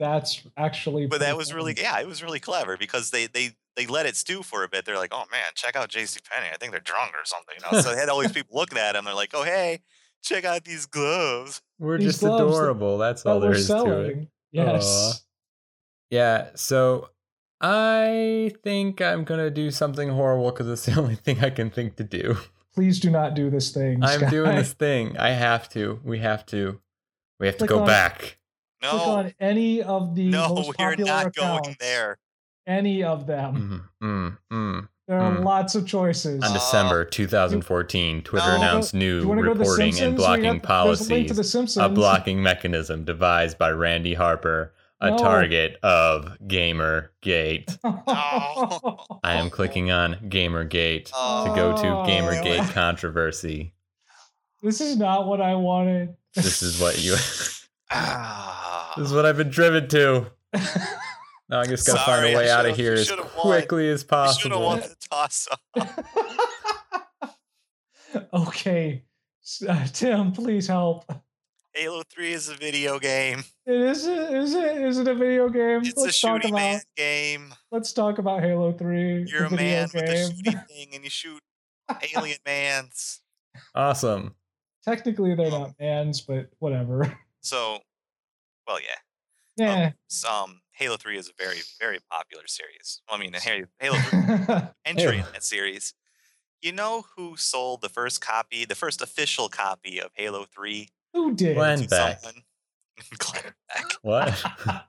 A: that's actually.
B: But
A: pretty
B: that was really
A: funny.
B: yeah, it was really clever because they they they let it stew for a bit. They're like, oh man, check out J.C. Penney. I think they're drunk or something. You know? so they had all these people looking at him. They're like, oh hey, check out these gloves.
C: We're
A: These
C: just
A: gloves that-
C: adorable. That's all
A: that
C: there
A: we're
C: is to it.
A: selling. Yes.
C: Yeah, so I think I'm gonna do something horrible because it's the only thing I can think to do.
A: Please do not do this thing.
C: I'm
A: Sky.
C: doing this thing. I have to. We have to. We have to
A: Click
C: go
A: on-
C: back.
A: Click
B: No,
A: on any of the
B: no,
A: most
B: we're
A: popular
B: not going
A: accounts,
B: there.
A: Any of them.
C: Mm, mm, mm.
A: There are
C: Mm.
A: lots of choices.
C: On
B: Uh,
C: December 2014, Twitter
B: no.
C: announced
A: Oh, do
C: new
A: you want to go to the
C: reporting
A: Simpsons?
C: and
A: We got-
C: blocking
A: There's a link to the
C: policies,
A: Simpsons.
C: a blocking mechanism devised by Randy Harper, a
A: No.
C: target of Gamergate.
B: No.
C: I am
B: Oh.
C: clicking on Gamergate to
B: Oh,
C: go to
A: Oh.
C: Gamergate controversy.
A: this is not what I wanted.
C: This is what you.
B: ah.
C: This is what I've been driven to. Now I just gotta find
B: Sorry, I
C: a way out of
B: should've-
C: here
B: you
C: as
B: should've won.
C: quickly as
B: You should have
C: possible.
B: won the toss up.
A: okay, S- uh, Tim, please help.
B: Halo 3 is a video game.
A: It is. A, is it? Is it a video game?
B: It's
A: let's
B: a
A: talk
B: shooting
A: about.
B: man game.
A: Let's talk about Halo Three.
B: You're
A: the
B: a
A: video
B: man with a
A: game.
B: shooting thing and you shoot alien mans.
C: Awesome.
A: Technically, they're
B: Oh.
A: not mans, but whatever.
B: So, well, yeah.
A: Yeah.
B: S- Um, Halo 3 is a very, very popular series. Well, I mean, Halo, Halo 3 entry in
C: Halo.
B: that series. You know who sold the first copy, the first official copy of Halo 3
A: Who did?
C: Glenn
B: to
C: Beck.
B: someone? Glenn Beck.
C: What?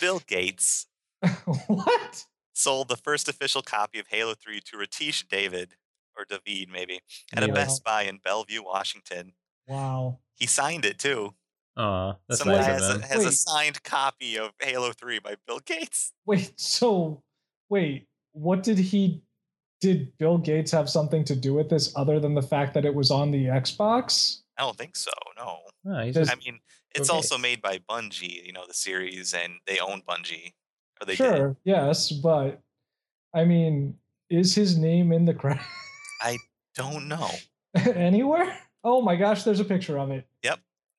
B: Bill Gates
A: what?
B: sold the first official copy of Halo 3 to Ratish David, or David maybe, at a
A: Yeah.
B: Best Buy in Bellevue, Washington.
A: Wow.
B: He signed it too.
C: Aw, that's
B: Someone
C: nice
B: has,
C: of
B: a,
C: them.
B: has a
A: Wait.
B: signed copy of Halo 3 by Bill Gates.
A: Wait, so wait, what did he did Bill Gates have something to do with this other than the fact that it was on the Xbox?
B: I don't think so, no.
C: Oh, he's
A: Does-
C: just-
B: I mean, it's
C: Bill
B: also
C: Gates.
B: made by Bungie, you know, the series, and they own Bungie. Or they did.
A: sure, yes, but I mean, is his name in the credit
B: Don't know.
A: anywhere? Oh my gosh, there's a picture of it.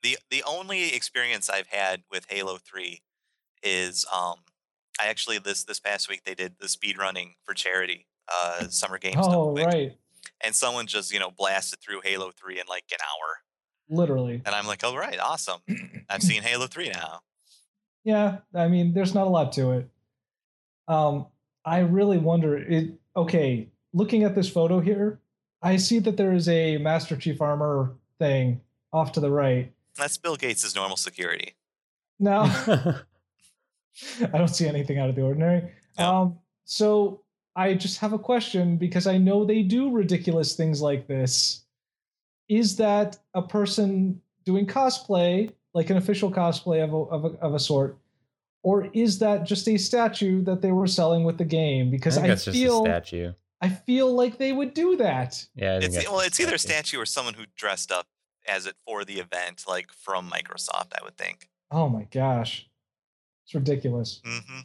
B: the the only experience I've had with Halo 3 is um I actually this this past week they did the speed running for charity uh summer games done
A: oh,
B: quick,
A: right.
B: and someone just you know blasted through Halo 3 in like an hour
A: Literally.
B: and I'm like all right awesome I've seen Halo 3 now
A: Yeah, I mean, there's not a lot to it. Um, I really wonder it okay, looking at this photo here, I see that there is a Master Chief armor thing off to the right.
B: that's Bill Gates' normal security
A: Now I don't see anything out of the ordinary.
B: No.
A: Um, so I just have a question because I know they do ridiculous things like this. Is that a person doing cosplay, like an official cosplay of a, of a, of a sort, or is that just a statue that they were selling with the game?
C: I
A: Because
C: think
A: I,
C: that's just a
A: feel
C: statue.
A: I feel like they would do that.
C: Yeah, I think
B: it's
C: that's
B: well
C: just
B: it's either a statue or someone who dressed up as it for the event, like from Microsoft, I would think.
A: Oh my gosh, it's ridiculous.
B: hmm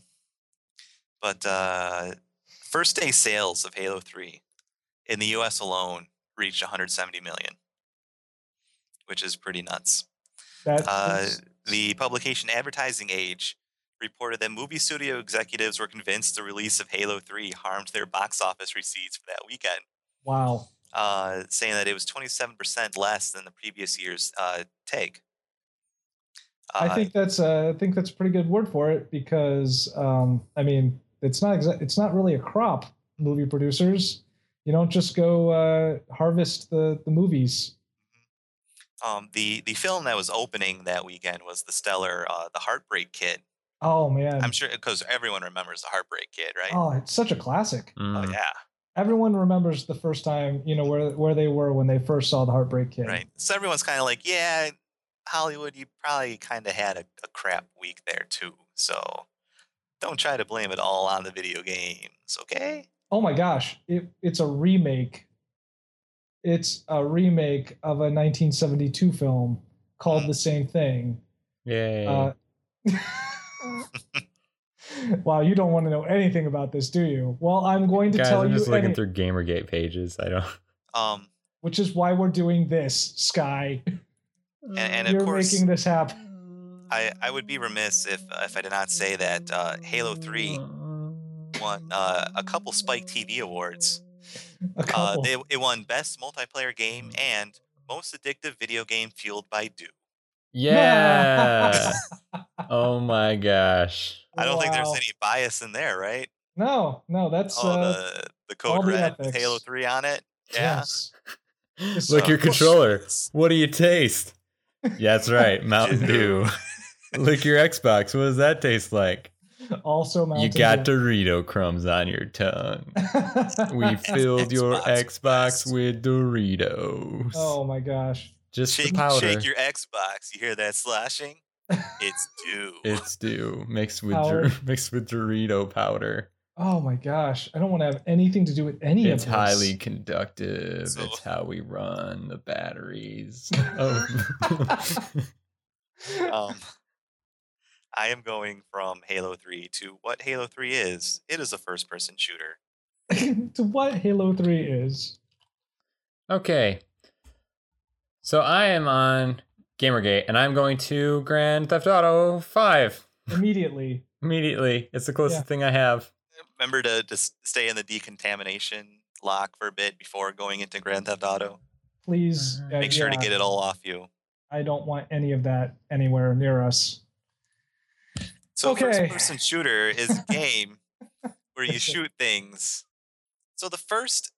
B: But uh, first day sales of Halo 3 in the US alone reached 170 million, which is pretty nuts.
A: That's
B: Uh, the publication Advertising Age reported that movie studio executives were convinced the release of Halo 3 harmed their box office receipts for that weekend,
A: wow.
B: uh, saying that it was 27% less than the previous year's uh, take.
A: I
B: Uh,
A: think that's uh, I think that's a pretty good word for it because um, I mean it's not exa- it's not really a crop. Movie producers, you don't just go uh, harvest the the movies.
B: um, the, the film that was opening that weekend was the stellar uh, The Heartbreak Kid.
A: Oh man,
B: I'm sure because everyone remembers The Heartbreak Kid, right?
A: oh uh, it's such a classic.
B: Oh,
C: Mm.
B: yeah,
A: Everyone remembers the first time you know where where they were when they first saw the Heartbreak Kid.
B: right. So everyone's kind of like, yeah, Hollywood, you probably kind of had a, a crap week there too. So don't try to blame it all on the video games, okay?
A: Oh my gosh, it, it's a remake. It's a remake of a 1972 film called
B: Mm.
A: the same thing.
C: Yay.
A: Uh, wow, you don't want to know anything about this, do you? Well, I'm going to
C: Guys,
A: tell
C: I'm
A: you,
C: just looking
A: any-
C: through Gamergate pages. I don't.
B: Um,
A: which is why we're doing this, Sky.
B: and-
A: You're
B: of course-
A: making this happen.
B: I, I would be remiss if uh, if I did not say that uh, Halo Three won uh, a couple Spike TV awards.
A: A
B: Uh,
A: couple.
B: they, it won Best Multiplayer Game and Most Addictive Video Game Fueled by Dew.
C: Yeah. oh my gosh.
B: I don't think there's
A: Wow.
B: any bias in there, right?
A: No, no, that's
B: oh,
A: uh,
B: the the
A: all
B: code
A: the
B: red with Halo
A: ethics.
B: Three on it. Yeah.
A: yes.
C: Look,
B: So-
C: your controller.
B: It's-
C: What do you taste? Yeah, that's right. Mountain Dew. Look, your Xbox. What does that taste like?
A: Also,
C: you
A: Mountain
C: got
A: Dew.
C: Dorito crumbs on your tongue. We
B: It's
C: filled your
B: Xbox
C: Xbox
B: best.
C: with Doritos.
A: oh my gosh.
C: Just
B: Shake,
C: the powder.
B: shake your Xbox. You hear that slashing? It's Dew.
C: It's Dew mixed with
A: Powder.
C: Dor- mixed with Dorito powder.
A: Oh my gosh. I don't want to have anything to do with any
C: it's
A: of this.
C: highly conductive.
B: So-
C: It's how we run the batteries. Oh.
B: um, I am going from Halo 3 to what Halo 3 is. It is a first person shooter.
A: to what Halo 3 is.
C: okay. So I am on Gamergate and I'm going to Grand Theft Auto 5
A: Immediately.
C: immediately. It's the closest
A: Yeah.
C: thing I have.
B: Remember to just stay in the decontamination lock for a bit before going into Grand Theft Auto.
A: Please
C: Mhm.
A: uh,
B: Make sure
A: yeah,
B: to get it all off you.
A: I don't want any of that anywhere near us.
B: So,
A: Okay.
B: first person shooter is a game where you shoot things. So, the first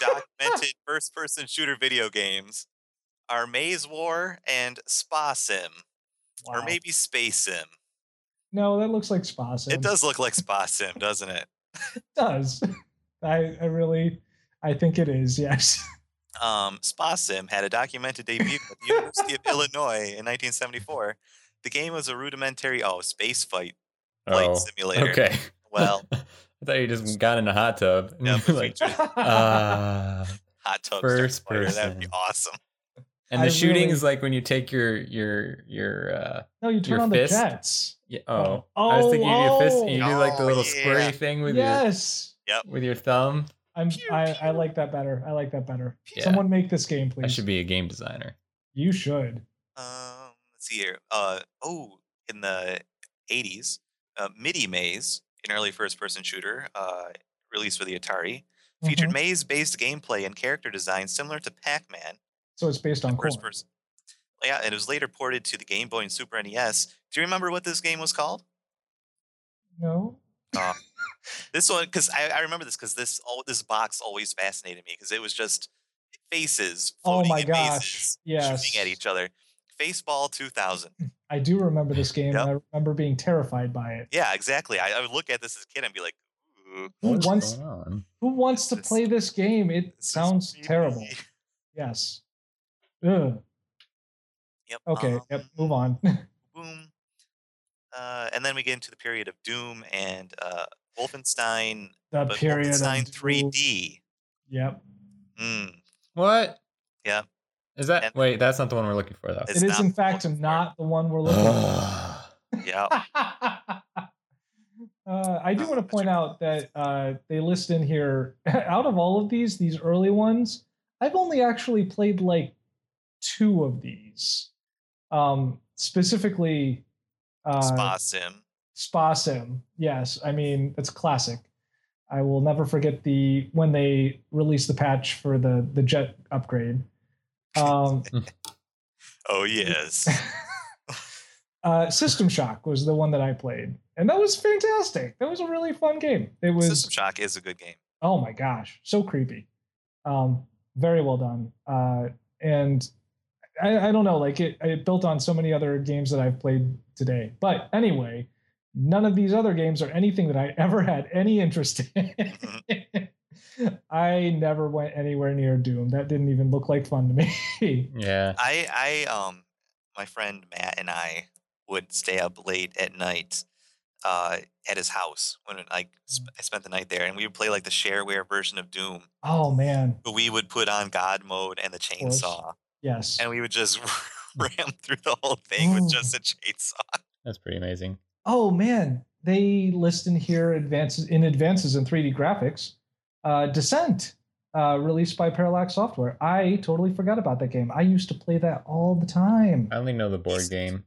B: documented first person shooter video games are Maze War and Spa Sim, or
A: Wow.
B: maybe Space Sim.
A: No, that looks like spa sim.
B: It does look like Spa Sim, doesn't it?
A: It does. I, I really I think it is, yes.
B: um, Spa Sim had a documented debut at the University of Illinois in 1974. The game was a rudimentary, oh, space fight flight
C: Oh,
B: simulator.
C: okay.
B: Well,
C: I thought you just got in a hot tub. and
B: no,
C: you were like, ah.
B: hot tub
C: first
B: starfighter, that would be
C: person.
B: awesome.
C: And
A: I
C: the shooting
A: really-
C: is like when you take your your your uh
A: no, you turn
C: Your
A: on
C: fist?
A: the jets.
C: yeah, oh,
A: Oh,
C: I was thinking you do your fist and you
A: oh.
C: do like the
B: Oh,
C: little
B: yeah.
C: squirty thing with
A: Yes.
C: your with your thumb.
A: I'm
B: Pew,
A: I, I
B: pew.
A: like that better. I like that better.
C: Yeah.
A: Someone make this game, please.
C: I should be a game designer.
A: You should. Mm-hmm.
B: Um, let's see here. Uh, oh, in the 80s, uh, MIDI Maze, an early first person shooter uh, released for the Atari, featured
A: Mhm.
B: maze based gameplay and character design similar to Pac Man.
A: So it's based on
B: first
A: corn.
B: person. Yeah, and it was later ported to the Game Boy and Super NES. Do you remember what this game was called?
A: No.
B: This one, because I, I remember this because this all this box always fascinated me because it was just faces
A: Oh
B: floating
A: my
B: in
A: gosh.
B: mazes,
A: Yes.
B: shooting at each other. Faceball 2000.
A: I do remember this game.
B: Yep.
A: And I remember being terrified by it.
B: Yeah, exactly. I, I would look at this as a kid and be like, "Ooh,
A: Who
C: What's
A: wants
C: going on?
A: who wants to
B: This-
A: play this game? It
B: this is
A: sounds
B: creepy."
A: terrible. Yes. Ugh.
B: Yep.
A: Okay,
B: um,
A: yep, move on.
B: Boom. Uh, and then we get into the period of Doom and uh, Wolfenstein,
A: the
B: but
A: period
B: Wolfenstein
A: of
B: 3D.
A: Yep.
B: Mm,
C: What?
B: Yeah.
C: Is that
B: And-
C: wait? That's not the one we're looking for, though.
A: It is,
B: It's not
A: in
B: the one
A: fact,
B: we're looking for.
A: not the one we're looking for.
C: Ugh.
B: Yeah.
A: Uh, I do
B: Oh,
A: want to
B: that's
A: point
B: right.
A: out that uh, they list in here, out of all of these, these early ones, I've only actually played like two of these. Um, specifically, uh,
B: Spa sim.
A: Spa Sim. Yes, I mean it's classic. I will never forget the when they released the patch for the the jet upgrade. Um,
B: Oh yes.
A: uh, System Shock was the one that I played, and that was fantastic. That was a really fun game. It was
B: System Shock is a good game.
A: oh my gosh, so creepy. Um, very well done. Uh, and I, I don't know, like it, it built on so many other games that I've played today. But anyway, none of these other games are anything that I ever had any interest in. I never went anywhere near Doom. That didn't even look like fun to me.
C: Yeah.
B: I I um my friend Matt and I would stay up late at night uh at his house when I sp- I spent the night there and we would play like the shareware version of Doom.
A: oh man,
B: But we would put on God mode and the
A: course.
B: chainsaw
A: yes.
B: and we would just ram through the whole thing with
A: Ooh.
B: just a chainsaw.
C: That's pretty amazing.
A: Oh man, they list in here advances in advances in 3D graphics. Uh, Descent, uh, released by Parallax Software. I totally forgot about that game. I used to play that all the time.
C: I only know the board game.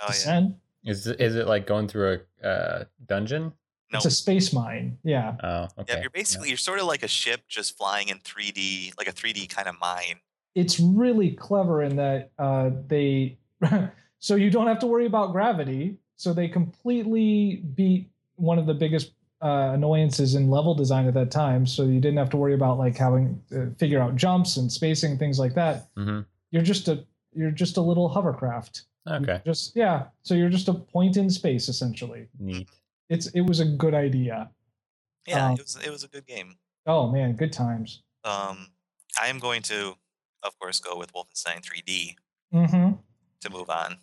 B: Oh yeah.
A: Descent.
C: Is it- is it like going through a uh, dungeon?
B: No.
A: It's a space mine. Yeah.
C: Oh, okay.
B: Yeah, you're basically you're sort of like a ship just flying in 3D, like a 3D kind of mine.
A: It's really clever in that uh, they so you don't have to worry about gravity. So they completely beat one of the biggest uh, annoyances in level design at that time. So you didn't have to worry about like having uh, figure out jumps and spacing things like that.
C: hmm
A: you're just a you're just a little hovercraft
B: Mm-hmm.
A: You
C: Okay.
A: just yeah so you're just a point in space essentially
C: Neat.
A: it's it was a good idea
B: Yeah,
A: Oh.
B: it was it was a good game.
A: oh man good times
B: Um, I am going to, of course, go with Wolfenstein 3D
A: hmm
B: to move on.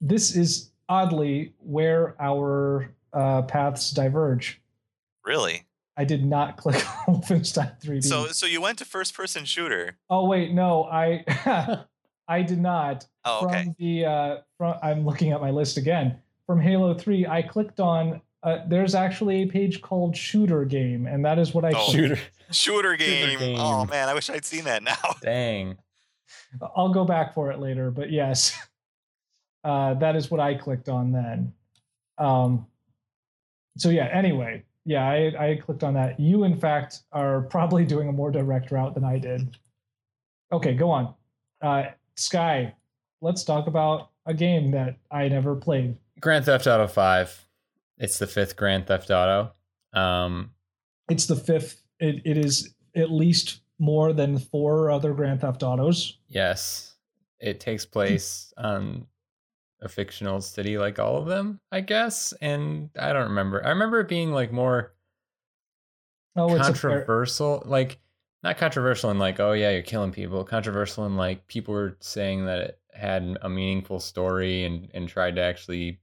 A: this is oddly where our uh, paths diverge
B: Really?
A: i did not click on wolfenstein 3d
B: So, so you went to first-person shooter.
A: oh wait no i i did not
B: Oh,
A: from
B: okay.
A: the uh, from, I'm looking at my list again from Halo Three. I clicked on uh, there's actually a page called Shooter Game, and that is what I
B: Oh.
A: clicked.
C: Shooter.
B: Shooter game. Oh
C: game.
B: man, I wish I'd seen that now.
C: Dang.
A: I'll go back for it later, but yes, uh, that is what I clicked on then. Um, so yeah. Anyway, yeah, I, I clicked on that. You, in fact, are probably doing a more direct route than I did. Okay, go on. Uh, Sky, let's talk about a game that I never played.
C: Grand Theft Auto Five. It's the fifth Grand Theft Auto. Um,
A: It's the fifth. It, it is at least more than four other Grand Theft Autos.
C: yes, it takes
A: Hmm.
C: place on a fictional city like all of them, I guess. And I don't remember. I remember it being like more
A: Oh, it's a fair-
C: controversial like not controversial in like oh yeah you're killing people controversial in like people were saying that it had a meaningful story and and tried to actually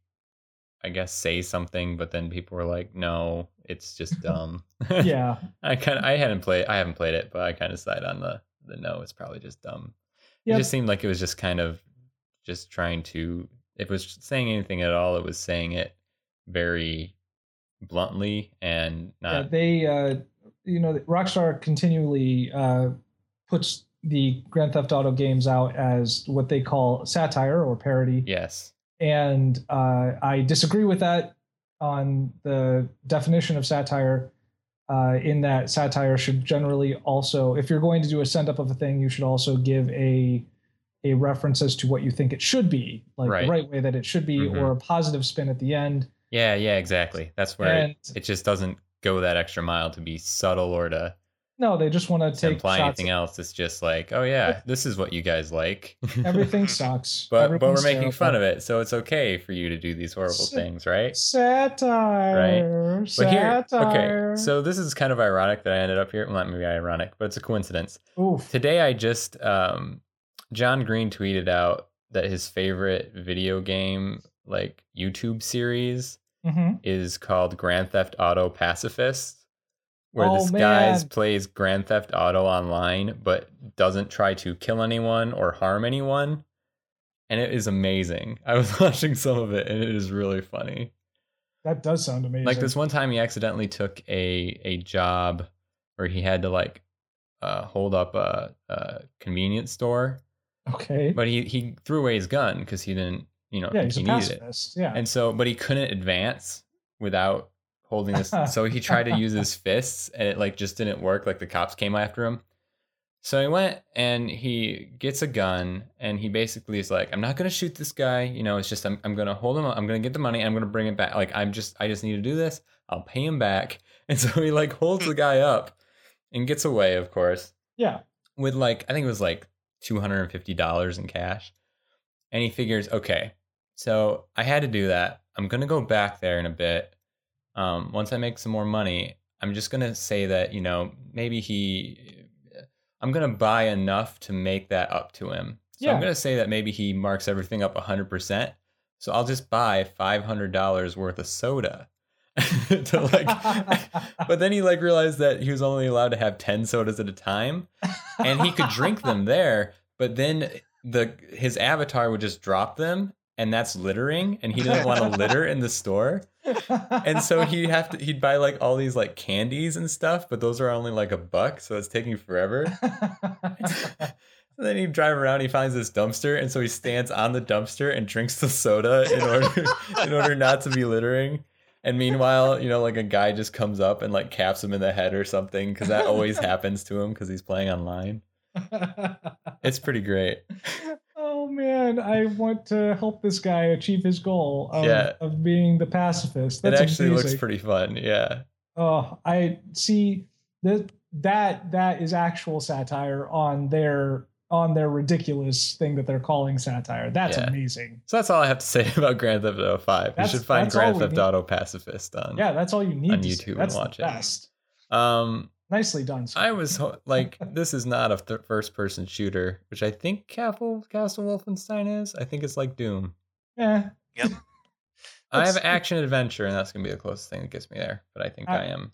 C: i guess say something but then people were like no it's just dumb
A: yeah.
C: i kind of i hadn't played i haven't played it but i kind of side on the the no it's probably just dumb
A: Yeah.
C: it just seemed like it was just kind of just trying to if it was saying anything at all it was saying it very bluntly and
A: yeah,
C: not
A: they uh, you know rockstar continually uh, puts the grand theft auto games out as what they call satire or parody
C: yes
A: and uh, i disagree with that on the definition of satire uh, in that satire should generally also if you're going to do a send up of a thing you should also give a a reference as to what you think it should be like
C: Right.
A: the right way that it should be
C: Mhm.
A: or a positive spin at the end
C: Yeah, yeah, exactly. That's where
A: And-
C: it, it just doesn't go that extra mile to be subtle or to,
A: no they just want to
C: to
A: take
C: imply
A: shots
C: anything else. It's just like, oh yeah, this is what you guys like.
A: Everything sucks.
C: but but we're making fun of it, so it's okay for you to do these horrible
A: S-
C: things, right?
A: Satire.
C: But
A: Satire.
C: here, okay. So this is kind of ironic that I ended up here. Well, not maybe ironic, but it's a coincidence.
A: Oof.
C: Today, I just um, John Green tweeted out that his favorite video game like YouTube series
A: hmm
C: is called Grand Theft Auto Pacifist. where
A: Oh,
C: this guy
A: man.
C: plays Grand Theft Auto online but doesn't try to kill anyone or harm anyone. And it is amazing. I was watching some of it and it is really funny.
A: That does sound amazing.
C: Like this one time he accidentally took a a job where he had to like uh, hold up a, a convenience store,
A: Okay.
C: but he, he threw away his gun because he didn't, you know,
A: yeah,
C: think
A: he's
C: he
A: a
C: needed it.
A: pacifist. Yeah.
C: And so, but he couldn't advance without holding this. so he tried to use his fists and it like just didn't work. Like the cops came after him. So he went and he gets a gun and he basically is like, I'm not going to shoot this guy. You know, it's just, I'm, I'm going to hold him up. I'm going to get the money. I'm going to bring it back. Like, I'm just, I just need to do this. I'll pay him back. And so he like holds the guy up and gets away, of course
A: yeah.
C: with like I think it was like two hundred and fifty dollars in cash, and he figures, okay, so I had to do that. I'm gonna go back there in a bit. Um, once I make some more money, I'm just gonna say that you know maybe he, I'm gonna buy enough to make that up to him. So
A: Yeah.
C: I'm gonna say that maybe he marks everything up hundred percent. So I'll just buy five hundred dollars worth of soda. to like, but then he like realized that he was only allowed to have ten sodas at a time, and he could drink them there, but then the his avatar would just drop them and that's littering and he didn't want to litter in the store. And so he'd have to he'd buy like all these like candies and stuff, but those are only like a buck, so it's taking forever. And then he'd drive around, he finds this dumpster, and so he stands on the dumpster and drinks the soda in order in order not to be littering. And meanwhile, you know, like a guy just comes up and like caps him in the head or something, because that always happens to him because he's playing online. It's pretty great.
A: oh man, I want to help this guy achieve his goal of,
C: Yeah.
A: of being the pacifist.
C: It
A: That's
C: actually looks
A: amazing.
C: pretty fun. Yeah.
A: Oh, I see that that that is actual satire on their on their ridiculous thing that they're calling satire. That's
C: Yeah.
A: amazing.
C: So that's all I have to say about Grand Theft Auto 5. You
A: That's-
C: should find
A: that's all
C: Grand
A: we
C: Theft
A: need.
C: Auto Pacifist on.
A: Yeah, that's all you need
C: On
A: to
C: YouTube
A: see.
C: and
A: That's the
C: watch it.
A: best.
C: Um
A: Nicely done. sir.
C: I was ho- like this is not a th- first person shooter, which I think Castle Castle Wolfenstein is. I think it's like Doom.
A: yeah. uh,
C: I have
A: That's-
C: action adventure and that's going to be the closest thing that gets me there, but I think
A: I-
C: I, am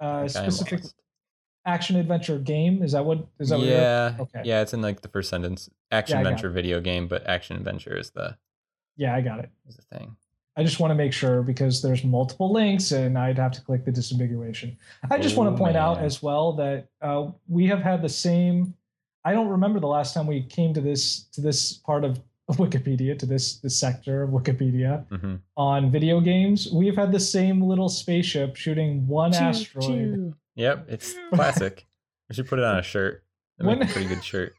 C: I
A: Uh,
C: think I am
A: specific
C: lost.
A: action adventure game. Is that what? Is that what? you're-
C: Yeah.
A: Okay.
C: Yeah, it's in like the first sentence. Action
A: I got
C: adventure video game, but action adventure is the
A: Yeah, I got it.
C: is the thing.
A: I just want to make sure because there's multiple links and I'd have to click the disambiguation. I just want
C: Oh,
A: to point out
C: man.
A: as well that uh, we have had the same. I don't remember the last time we came to this to this part of Wikipedia to this this sector of Wikipedia
C: Mm-hmm.
A: on video games. We have had the same little spaceship shooting one asteroid.
C: Yep, it's classic. We should put it on a shirt. That'd make a
A: When-
C: pretty good shirt.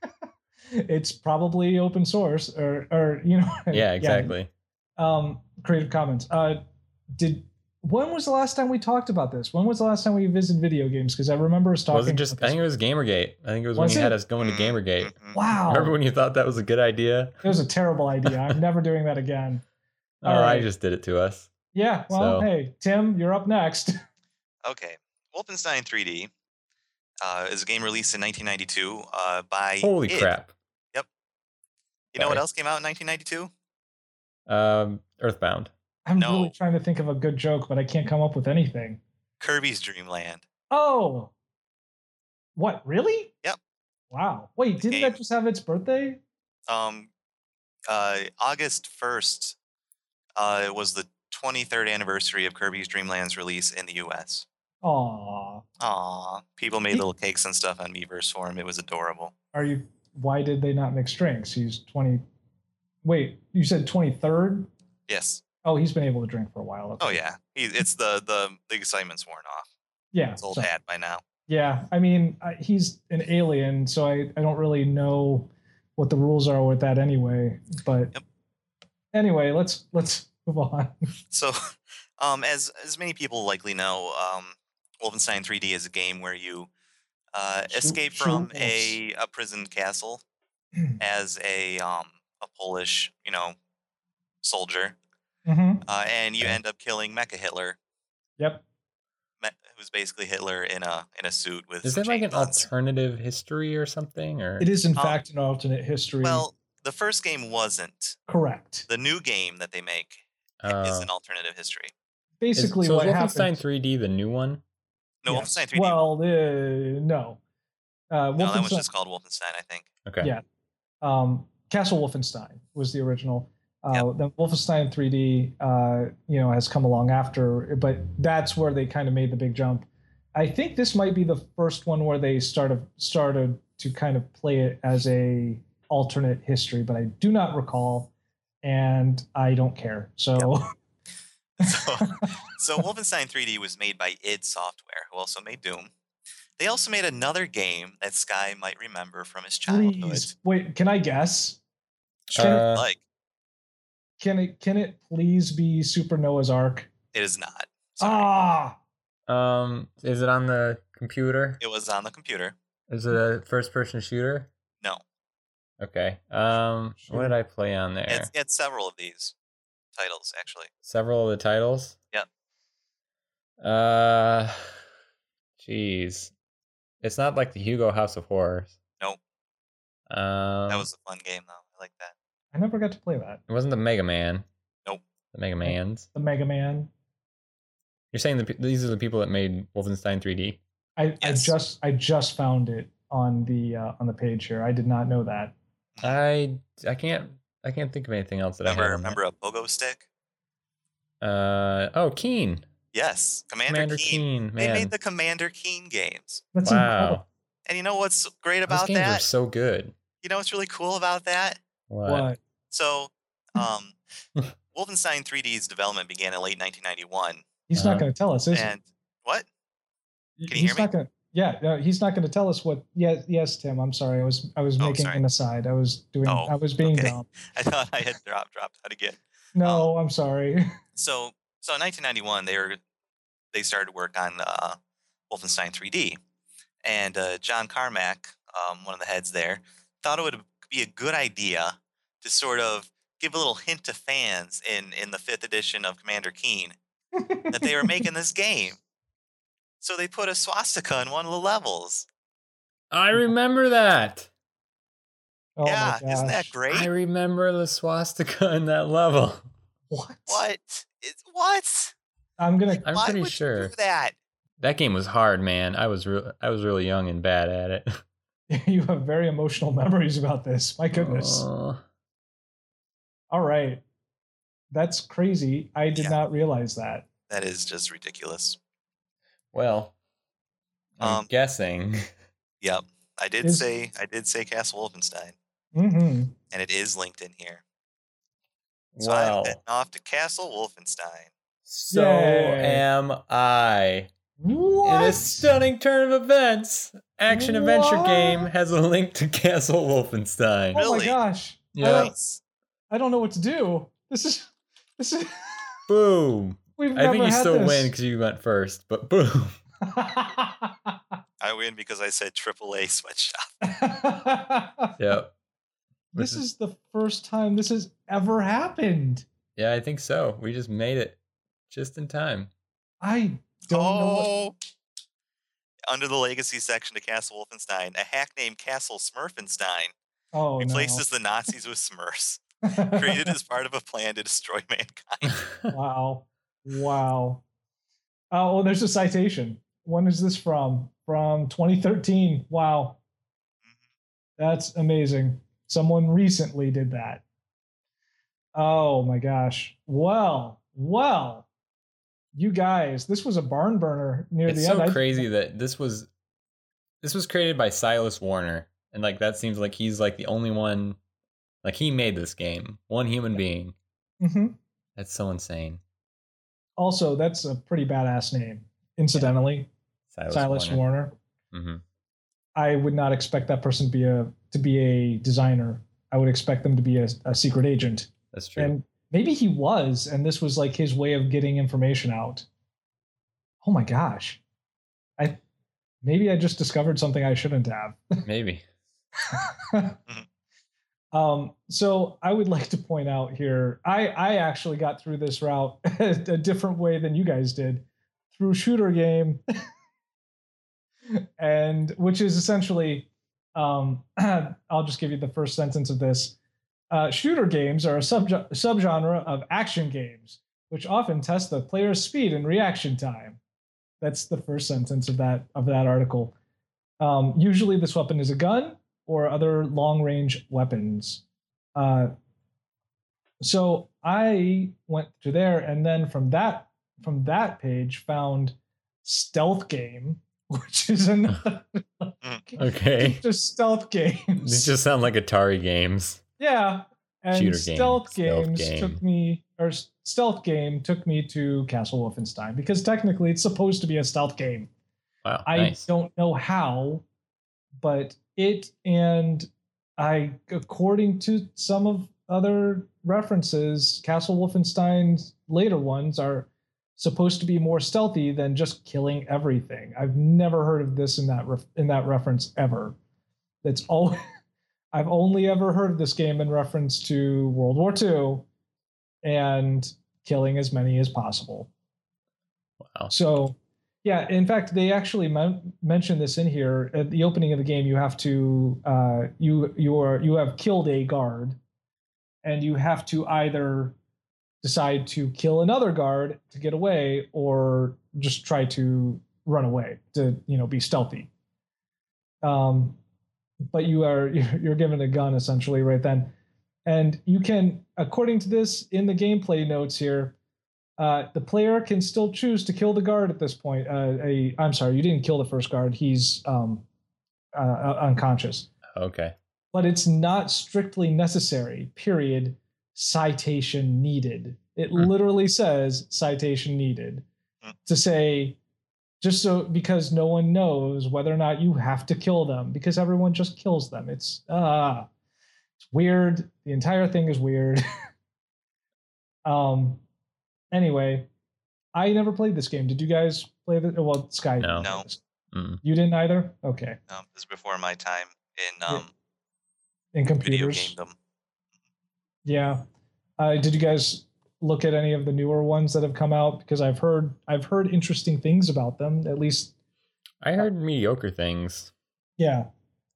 A: It's probably open source or or you know.
C: Yeah, exactly.
A: um, Creative Commons. Uh, did when was the last time we talked about this? When was the last time we visited video games? Because I remember us talking.
C: was it just?
A: about
C: I
A: this.
C: think it was Gamergate. I think it was,
A: Was
C: when you had
A: it? Oh.
C: us going to Gamergate.
B: Mhm.
A: wow,
C: Remember when you thought that was a good idea?
A: it was a terrible idea. I'm never doing that again.
C: Oh,
A: All
C: I
A: right.
C: just did it to us.
A: Yeah. Well,
C: So-
A: hey, Tim, you're up next.
B: Okay. Wolfenstein 3D uh, is a game released in 1992 uh, by.
C: Holy
B: id.
C: crap!
B: You know what
C: sorry.
B: else came out in 1992?
C: Um, Earthbound.
A: I'm
B: No.
A: really trying to think of a good joke, but I can't come up with anything.
B: Kirby's Dream Land.
A: Oh, what? Really?
B: Yep.
A: Wow. Wait, didn't
B: game.
A: that just have its birthday?
B: Um, uh, August 1st uh, was the 23rd anniversary of Kirby's Dream Land's release in the U.S.
A: Aw,
B: Aw, people made
A: Ye-
B: little cakes and stuff on Miiverse for him. It was adorable.
A: are you? Why did they not mix drinks? He's twenty. Wait, you said twenty third.
B: Yes.
A: Oh, he's been able to drink for a while.
B: Oh yeah. He, it's the the the excitement's worn off.
A: yeah,
B: It's old
A: so-
B: hat by now.
A: yeah. I mean, I, he's an alien, so I I don't really know what the rules are with that anyway. But
B: Yep.
A: anyway, let's let's move on.
B: So, um, as as many people likely know, um, Wolfenstein 3D is a game where you uh,
A: Shoot-
B: escape
A: shoot
B: from
A: wolves.
B: a, a prison castle as a um, a Polish, you know, soldier,
A: Mhm.
B: uh, and you
C: Okay.
B: end up killing Mecha Hitler,
A: Yep.
B: me- who's basically Hitler in a in a suit with.
C: Is
B: some
C: it like
B: chain
C: an
B: guns.
C: alternative history or something? Or
A: It is in
B: Um,
A: fact an alternate history.
B: Well, the first game wasn't.
A: correct.
B: The new game that they make
C: Uh,
B: is an alternative history.
C: is-
A: Basically,
C: so
A: what
C: is Wolfenstein
A: happened?
C: 3D the new one?
B: No,
A: Yeah.
B: Wolfenstein 3D.
A: Well, uh, no. Uh,
B: no, that was
A: Wolfenstein-
B: just called Wolfenstein, I think.
C: Okay.
A: Yeah. um, Castle Wolfenstein was the original. Uh,
B: Yep.
A: Then Wolfenstein 3D, uh, you know, has come along after, but that's where they kind of made the big jump. I think this might be the first one where they started started to kind of play it as a alternate history, but I do not recall, and I don't care. So
B: So, so Wolfenstein 3D was made by id Software, who also made Doom. They also made another game that Sky might remember from his childhood.
A: please, wait, can I guess? Can,
C: Uh,
B: Like
A: can it can it please be Super Noah's Ark?
B: it is not. Sorry.
A: Ah,
C: um, is it on the computer?
B: It was on the computer.
C: Is it a first-person shooter?
B: No.
C: Okay. Um, what did I play on there?
B: It's, it's several of these titles actually.
C: Several of the titles.
B: Yep.
C: Uh, jeez, it's not like the Hugo House of Horrors.
B: Nope.
C: Um,
B: that was a fun game though. I like that.
A: I never got to play that.
C: It wasn't the Mega Man.
B: Nope.
C: The Mega Man's.
A: The Mega Man.
C: You're saying the, pe- these are the people that made Wolfenstein 3D.
A: I,
B: Yes.
A: I just I just found it on the uh, on the page here. I did not know that.
C: I I can't I can't think of anything else that I
B: Remember,
C: had on
B: remember a pogo stick?
C: that. Uh oh, Keen.
B: Yes, Commander,
C: Commander
B: Keen.
C: Keen.
B: They
C: Man.
B: made the Commander Keen games,
A: That's
C: wow.
B: and you know what's great
C: Those
B: about
C: games are
B: that?
C: so good.
B: You know what's really cool about that?
C: What?
A: incredible. What?
B: So, um, Wolfenstein 3D's development began in late 1991.
A: He's
C: Uh-huh.
A: not going to tell us, is he?
B: And what?
A: he's
B: can you hear me?
A: not going. Yeah, no, he's not going to tell us what. Yes, yes, Tim. I'm sorry. I was I was
B: Oh,
A: making
B: sorry.
A: an aside. I was doing.
B: Oh,
A: I was being
B: okay. Oh.
A: dumb.
B: I thought I had dropped dropped out again.
A: No, I'm sorry.
B: So, so in 1991, they were they started work on uh, Wolfenstein 3D, and uh, John Carmack, um, one of the heads there, thought it would be a good idea to sort of give a little hint to fans in in the fifth edition of Commander Keen that they were making this game. So they put a swastika on one of the levels.
C: I remember that.
A: Oh my
B: yeah, isn't that
A: gosh.
B: great?
C: I remember the swastika in that level.
A: What?
B: What? It's what?
A: I'm gonna.
C: I'm
B: Why
C: pretty
B: would
C: sure.
B: you do that.
C: That game was hard, man. I was real I was really young and bad at it.
A: You have very emotional memories about this. My goodness.
B: Oh.
C: Aw.
A: All right. That's crazy. I did
B: Yeah.
A: not realize that.
B: That is just ridiculous.
C: well, I'm
B: Um,
C: guessing.
B: Yep. I did
A: Is-
B: say I did say Castle Wolfenstein,
A: hmm
B: and it is linked in here. So I'm
C: Wow.
B: heading off to Castle Wolfenstein.
C: So
A: Yay.
C: am I.
A: What?
C: In a stunning turn of events, action adventure
A: What?
C: game has a link to Castle Wolfenstein.
A: Oh my
B: Really?
A: gosh. I
C: Yeah.
A: don't-
B: Nice.
A: I don't know what to do. This is this is
C: Boom.
A: we've never
C: I think you
A: had
C: still win 'cause win
A: this.
C: because you went first, but boom.
B: I win because I said AAA sweatshop.
C: Yep.
A: this is the first time this has ever happened.
C: Yeah, I think so. We just made it just in time.
A: I don't know what
B: Oh. Under the legacy section to Castle Wolfenstein, a hack named Castle Smurfenstein
A: Oh,
B: replaces the Nazis with Smurfs,
A: no.
B: created as part of a plan to destroy mankind.
A: wow. Wow. Oh, well, there's a citation. When is this from? From 2013. Wow. That's amazing. Someone recently did that. Oh my gosh. Well, well, you guys, this was a barn burner near
C: it's
A: the
C: so
A: end. I-
C: crazy that this was this was created by Silas Warner. And like that seems like he's like the only one like he made this game. One human being.
A: Mhm.
C: That's so insane.
A: Also, that's a pretty badass name, incidentally.
C: Silas,
A: Silas
C: Warner.
A: Warner.
C: Mm-hmm.
A: I would not expect that person to be a to be a designer. I would expect them to be a, a secret agent.
C: That's true.
A: And maybe he was, and this was like his way of getting information out. Oh my gosh. I maybe I just discovered something I shouldn't have.
C: Maybe.
A: Um, so I would like to point out here, I, I actually got through this route a different way than you guys did through shooter game. and which is essentially, um, I'll just give you the first sentence of this. Uh, shooter games are a subge- subgenre of action games, which often test the player's speed and reaction time. That's the first sentence of that of that article. Um, usually, this weapon is a gun or other long range weapons. Uh, so I went to there, and then from that from that page found stealth game, which is another
C: Okay.
A: just stealth
C: These
A: games.
C: just sound like Atari games.
A: yeah, and
C: Shooter game,
A: stealth
C: stealth
A: games
C: game.
A: took me or s- stealth game took me to Castle Wolfenstein because technically it's supposed to be a stealth game.
C: Wow.
A: I
C: nice.
A: don't know how, but it and I, according to some of other references, Castle Wolfenstein's later ones are supposed to be more stealthy than just killing everything. I've never heard of this in that ref- in that reference ever. That's all. I've only ever heard of this game in reference to World War II and killing as many as possible.
C: Wow.
A: So, yeah, in fact, they actually men- mentioned this in here at the opening of the game. You have to uh, you you are you have killed a guard, and you have to either decide to kill another guard to get away, or just try to run away to you know be stealthy. Um, but you are you're given a gun essentially right then, and you can according to this in the gameplay notes here. Uh, the player can still choose to kill the guard at this point. Uh, a, I'm sorry, you didn't kill the first guard. He's um, uh, uh, unconscious.
C: Okay.
A: But it's not strictly necessary, period. Citation needed. It
C: Hmm.
A: literally says citation needed
B: Hmm.
A: to say, just so because no one knows whether or not you have to kill them because everyone just kills them. It's, ah, it's weird. The entire thing is weird. um, anyway, I never played this game. Did you guys play the? Well, Sky.
C: No.
B: No.
C: Mm.
A: You didn't either. Okay.
B: Um, this is before my time in
A: Yeah.
B: um,
A: In
B: video
A: computers.
B: gamedom.
A: Yeah. Uh, did you guys look at any of the newer ones that have come out? Because I've heard I've heard interesting things about them. At least,
C: I heard mediocre things
A: yeah,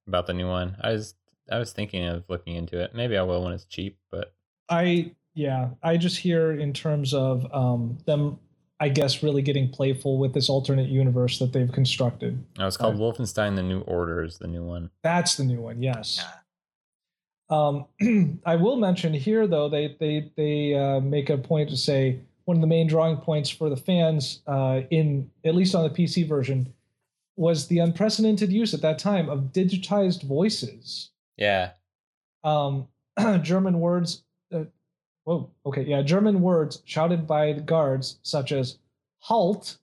C: about the new one. I was I was thinking of looking into it. Maybe I will when it's cheap, but
A: I yeah, I just hear in terms of um, them, I guess, really getting playful with this alternate universe that they've constructed.
C: no, it's called Wolfenstein: The New Order is the new one.
A: That's the new one. Yes.
B: Yeah.
A: Um, I will mention here, though, they they they uh, make a point to say one of the main drawing points for the fans uh, in at least on the PC version was the unprecedented use at that time of digitized voices,
C: Yeah.
A: um, German words. Uh, whoa, okay, yeah, German words shouted by the guards such as "halt,"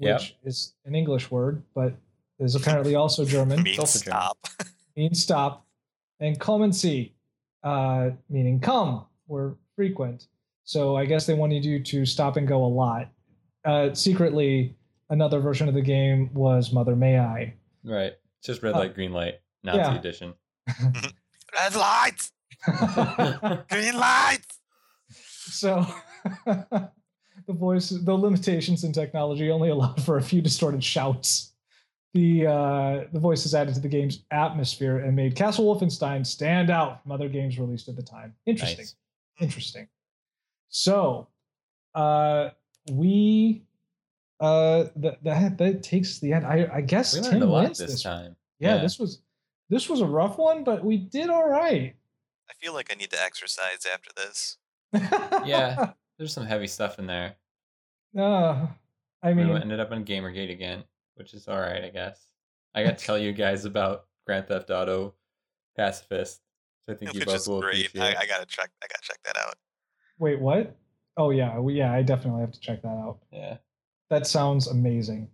C: Yep.
A: which is an English word, but is apparently also German
B: Mean
C: also German.
B: stop.
A: means stop, and comency, uh, meaning come, were frequent. So I guess they wanted you to stop and go a lot. Uh, secretly, another version of the game was Mother May I.
C: Right. Just red
A: Uh,
C: light, green light, Nazi
A: yeah.
C: edition.
B: Red lights, green lights.
A: so the voice, the limitations in technology only allowed for a few distorted shouts. The uh, the voices added to the game's atmosphere and made Castle Wolfenstein stand out from other games released at the time. Interesting.
C: Nice.
A: interesting. So, uh, we uh, that that that takes the end. I I guess
C: We learned
A: Tim
C: a lot
A: wins
C: this, time.
A: Yeah,
C: Yeah.
A: this was this was a rough one, but we did all right.
B: I feel like I need to exercise after this.
C: Yeah. There's some heavy stuff in there.
A: Uh, I mean,
C: we ended up on Gamergate again, which is all right, I guess. I got to tell you guys about Grand Theft Auto Pacifist. So I think you
B: Which
C: both
B: is
C: will
B: great.
C: appreciate.
B: I,
C: it.
B: I gotta check. I gotta check that out.
A: wait, what? Oh yeah, well, yeah. I definitely have to check that out.
C: yeah.
A: That sounds amazing.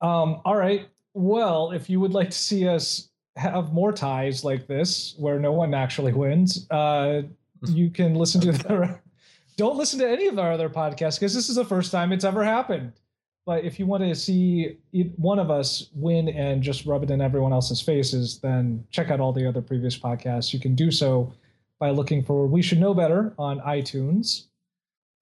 A: Um, all right. Well, if you would like to see us have more ties like this, where no one actually wins, uh, you can listen to the. Don't listen to any of our other podcasts because this is the first time it's ever happened. But if you want to see e- one of us win and just rub it in everyone else's faces, then check out all the other previous podcasts. You can do so by looking for We Should Know Better on iTunes.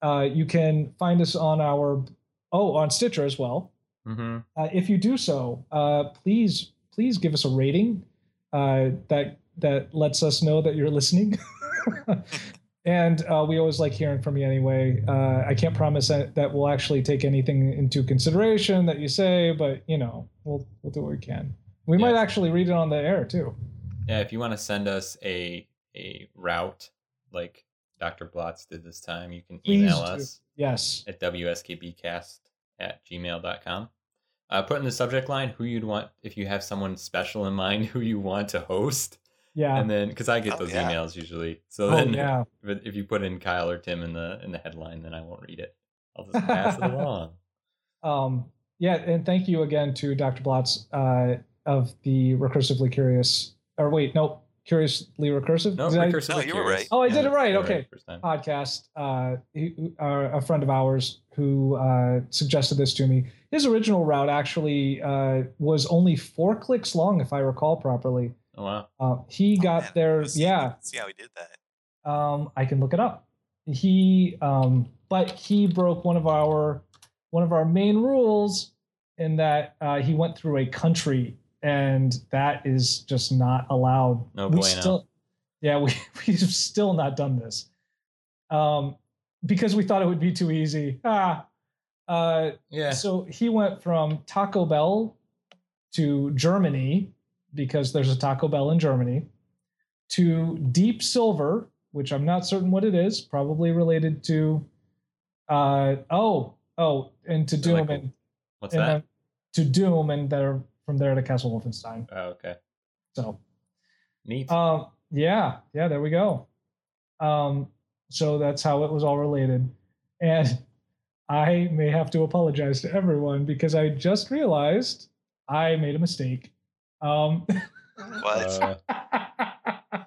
A: Uh, you can find us on our oh on Stitcher as well.
C: Mm-hmm.
A: Uh, if you do so, uh, please please give us a rating uh, that that lets us know that you're listening. And uh, we always like hearing from you anyway. Uh, I can't promise that, that we'll actually take anything into consideration that you say, but you know, we'll we'll do what we can. We
C: Yeah.
A: might actually read it on the air too.
C: Yeah, if you want to send us a a route like Dr. Blotz did this time, you can
A: Please
C: email
A: do.
C: us
A: Yes.
C: at wskbcast at gmail.com. Uh, put in the subject line who you'd want, if you have someone special in mind who you want to host.
A: Yeah.
C: And then, because I get
B: Oh,
C: those
B: yeah.
C: emails usually. So
A: Oh
C: then,
A: yeah.
C: but if you put in Kyle or Tim in the in the headline, then I won't read it. I'll just pass it along.
A: Um, yeah, and thank you again to Dr. Blotz uh, of the recursively curious. Or wait, no, curiously recursive.
C: No,
A: Did I-
C: recursive
B: No, you were
C: curious.
B: right.
A: Oh, I did it
C: you
A: right,
C: were
A: okay.
C: first time.
A: podcast, uh, he- who- uh, a friend of ours who uh, suggested this to me. His original route actually uh, was only four clicks long, if I recall properly.
C: Oh, wow.
A: Uh, he
B: Oh,
A: got
B: man,
A: there,
B: let's see-
A: yeah.
B: let's see how he did that.
A: Um, I can look it up. He, um, but he broke one of our one of our main rules in that uh, he went through a country, and that is just not allowed.
C: No
A: we
C: bueno.
A: still, yeah, we we've still not done this, um, because we thought it would be too easy. Ah, uh,
C: Yeah.
A: so he went from Taco Bell to Germany because there's a Taco Bell in Germany to Deep Silver, which I'm not certain what it is, probably related to uh oh, oh, and to
C: So like
A: Doom and,
C: What's
A: and
C: that?
A: then to Doom and there from there to Castle Wolfenstein.
C: Oh, okay.
A: So
C: Neat.
A: um yeah, yeah, there we go. Um so that's how it was all related. And I may have to apologize to everyone because I just realized I made a mistake. Um
B: What?
C: Uh,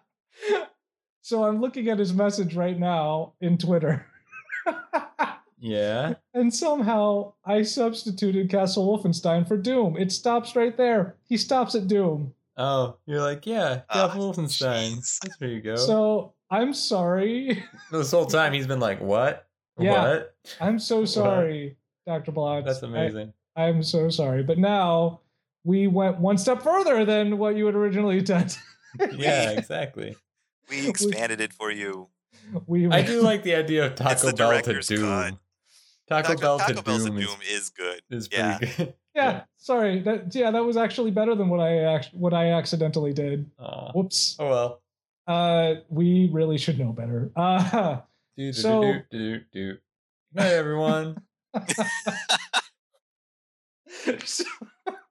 A: so I'm looking at his message right now in Twitter.
C: yeah.
A: and somehow I substituted Castle Wolfenstein for Doom. It stops right there. He stops at Doom.
C: Oh, you're like, yeah,
B: Ah,
C: Jeff Wolfenstein.
B: jeez.
C: That's where you go.
A: So I'm sorry.
C: this whole time he's been like, what?
A: Yeah.
C: What?
A: I'm so
C: What?
A: sorry, Dr. Blotz.
C: That's amazing.
A: I, I'm so sorry. But now we went one step further than what you had originally intended.
C: yeah, exactly.
B: We expanded it for you.
A: We
C: I do like the idea of
B: It's
C: Taco
B: the
C: Bell to
B: director's
C: Doom.
B: cut.
C: Taco,
B: Taco,
C: Bell
B: Taco
C: to
B: Bell's
C: Doom,
B: a
C: is-
B: Doom is good.
C: Is,
B: Yeah.
C: pretty good.
A: yeah,
C: Yeah.
A: sorry. That yeah, that was actually better than what I act- what I accidentally did.
C: Aw.
A: Whoops.
C: Oh well.
A: Uh, we really should know better. Uh,
C: Do do
A: So-
C: do do do. do. Good night, everyone.
A: so,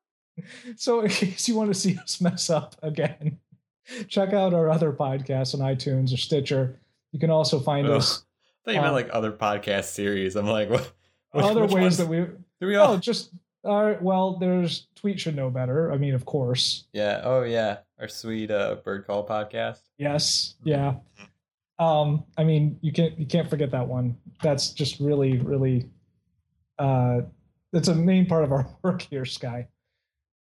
A: so in case you want to see us mess up again, check out our other podcasts on iTunes or Stitcher. You can also find
C: Ugh. I
A: us
C: thought you meant
A: Um,
C: like other podcast series. I'm like, what? what
A: other
C: which
A: ways
C: ones
A: that we.
C: do we all?
A: Oh, just uh, well, there's tweet should know better. I mean, of course,
C: Yeah. Oh yeah. Our sweet uh, bird call podcast.
A: yes, yeah. Um, I mean, you can't you can't forget that one. That's just really really. Uh, that's a main part of our work here, Sky.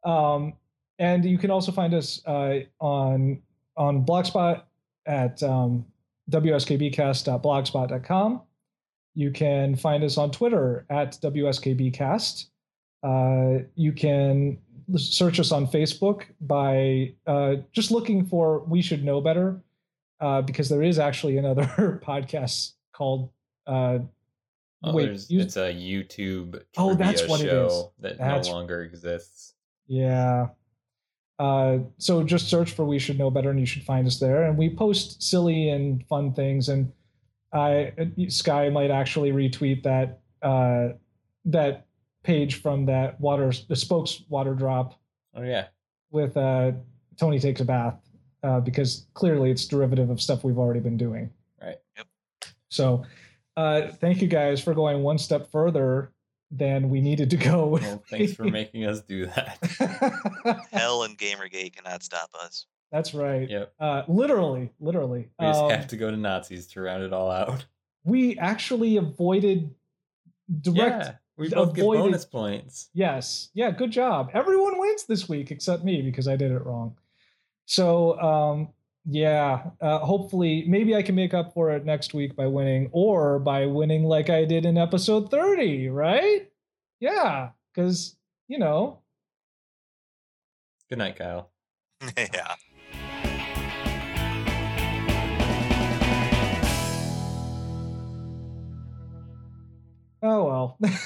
A: Um, and you can also find us uh, on on Blogspot at um, wskbcast.blogspot.com. You can find us on Twitter at wskbcast. Uh, you can search us on Facebook by uh, just looking for "We Should Know Better," uh, because there is actually another podcast called uh,
C: Oh,
A: Wait,
C: there's,
A: you-
C: it's a YouTube
A: Oh,
C: trivia
A: that's what it
C: show
A: is.
C: that
A: That's-
C: no longer exists.
A: Yeah. Uh, so just search for "We Should Know Better" and you should find us there. And we post silly and fun things. And I Sky might actually retweet that uh, that page from that water the spokes water drop
C: Oh yeah,
A: with uh, Tony takes a bath uh, because clearly it's derivative of stuff we've already been doing.
C: Right.
B: Yep.
A: So uh, thank you guys for going one step further than we needed to go.
C: well, thanks for making us do that.
B: Hell and Gamergate cannot stop us.
A: That's right.
C: Yep,
A: Uh, literally, literally.
C: we just
A: Um,
C: have to go to Nazis to round it all out.
A: we actually avoided direct.
C: Yeah, we both get
A: avoided-
C: bonus points.
A: Yes. Yeah. Good job. Everyone wins this week except me because I did it wrong. So, um, yeah. Uh, hopefully, maybe I can make up for it next week by winning or by winning like I did in episode 30, right? Yeah. Because, you know,
C: Good night, Kyle.
B: yeah.
A: oh well.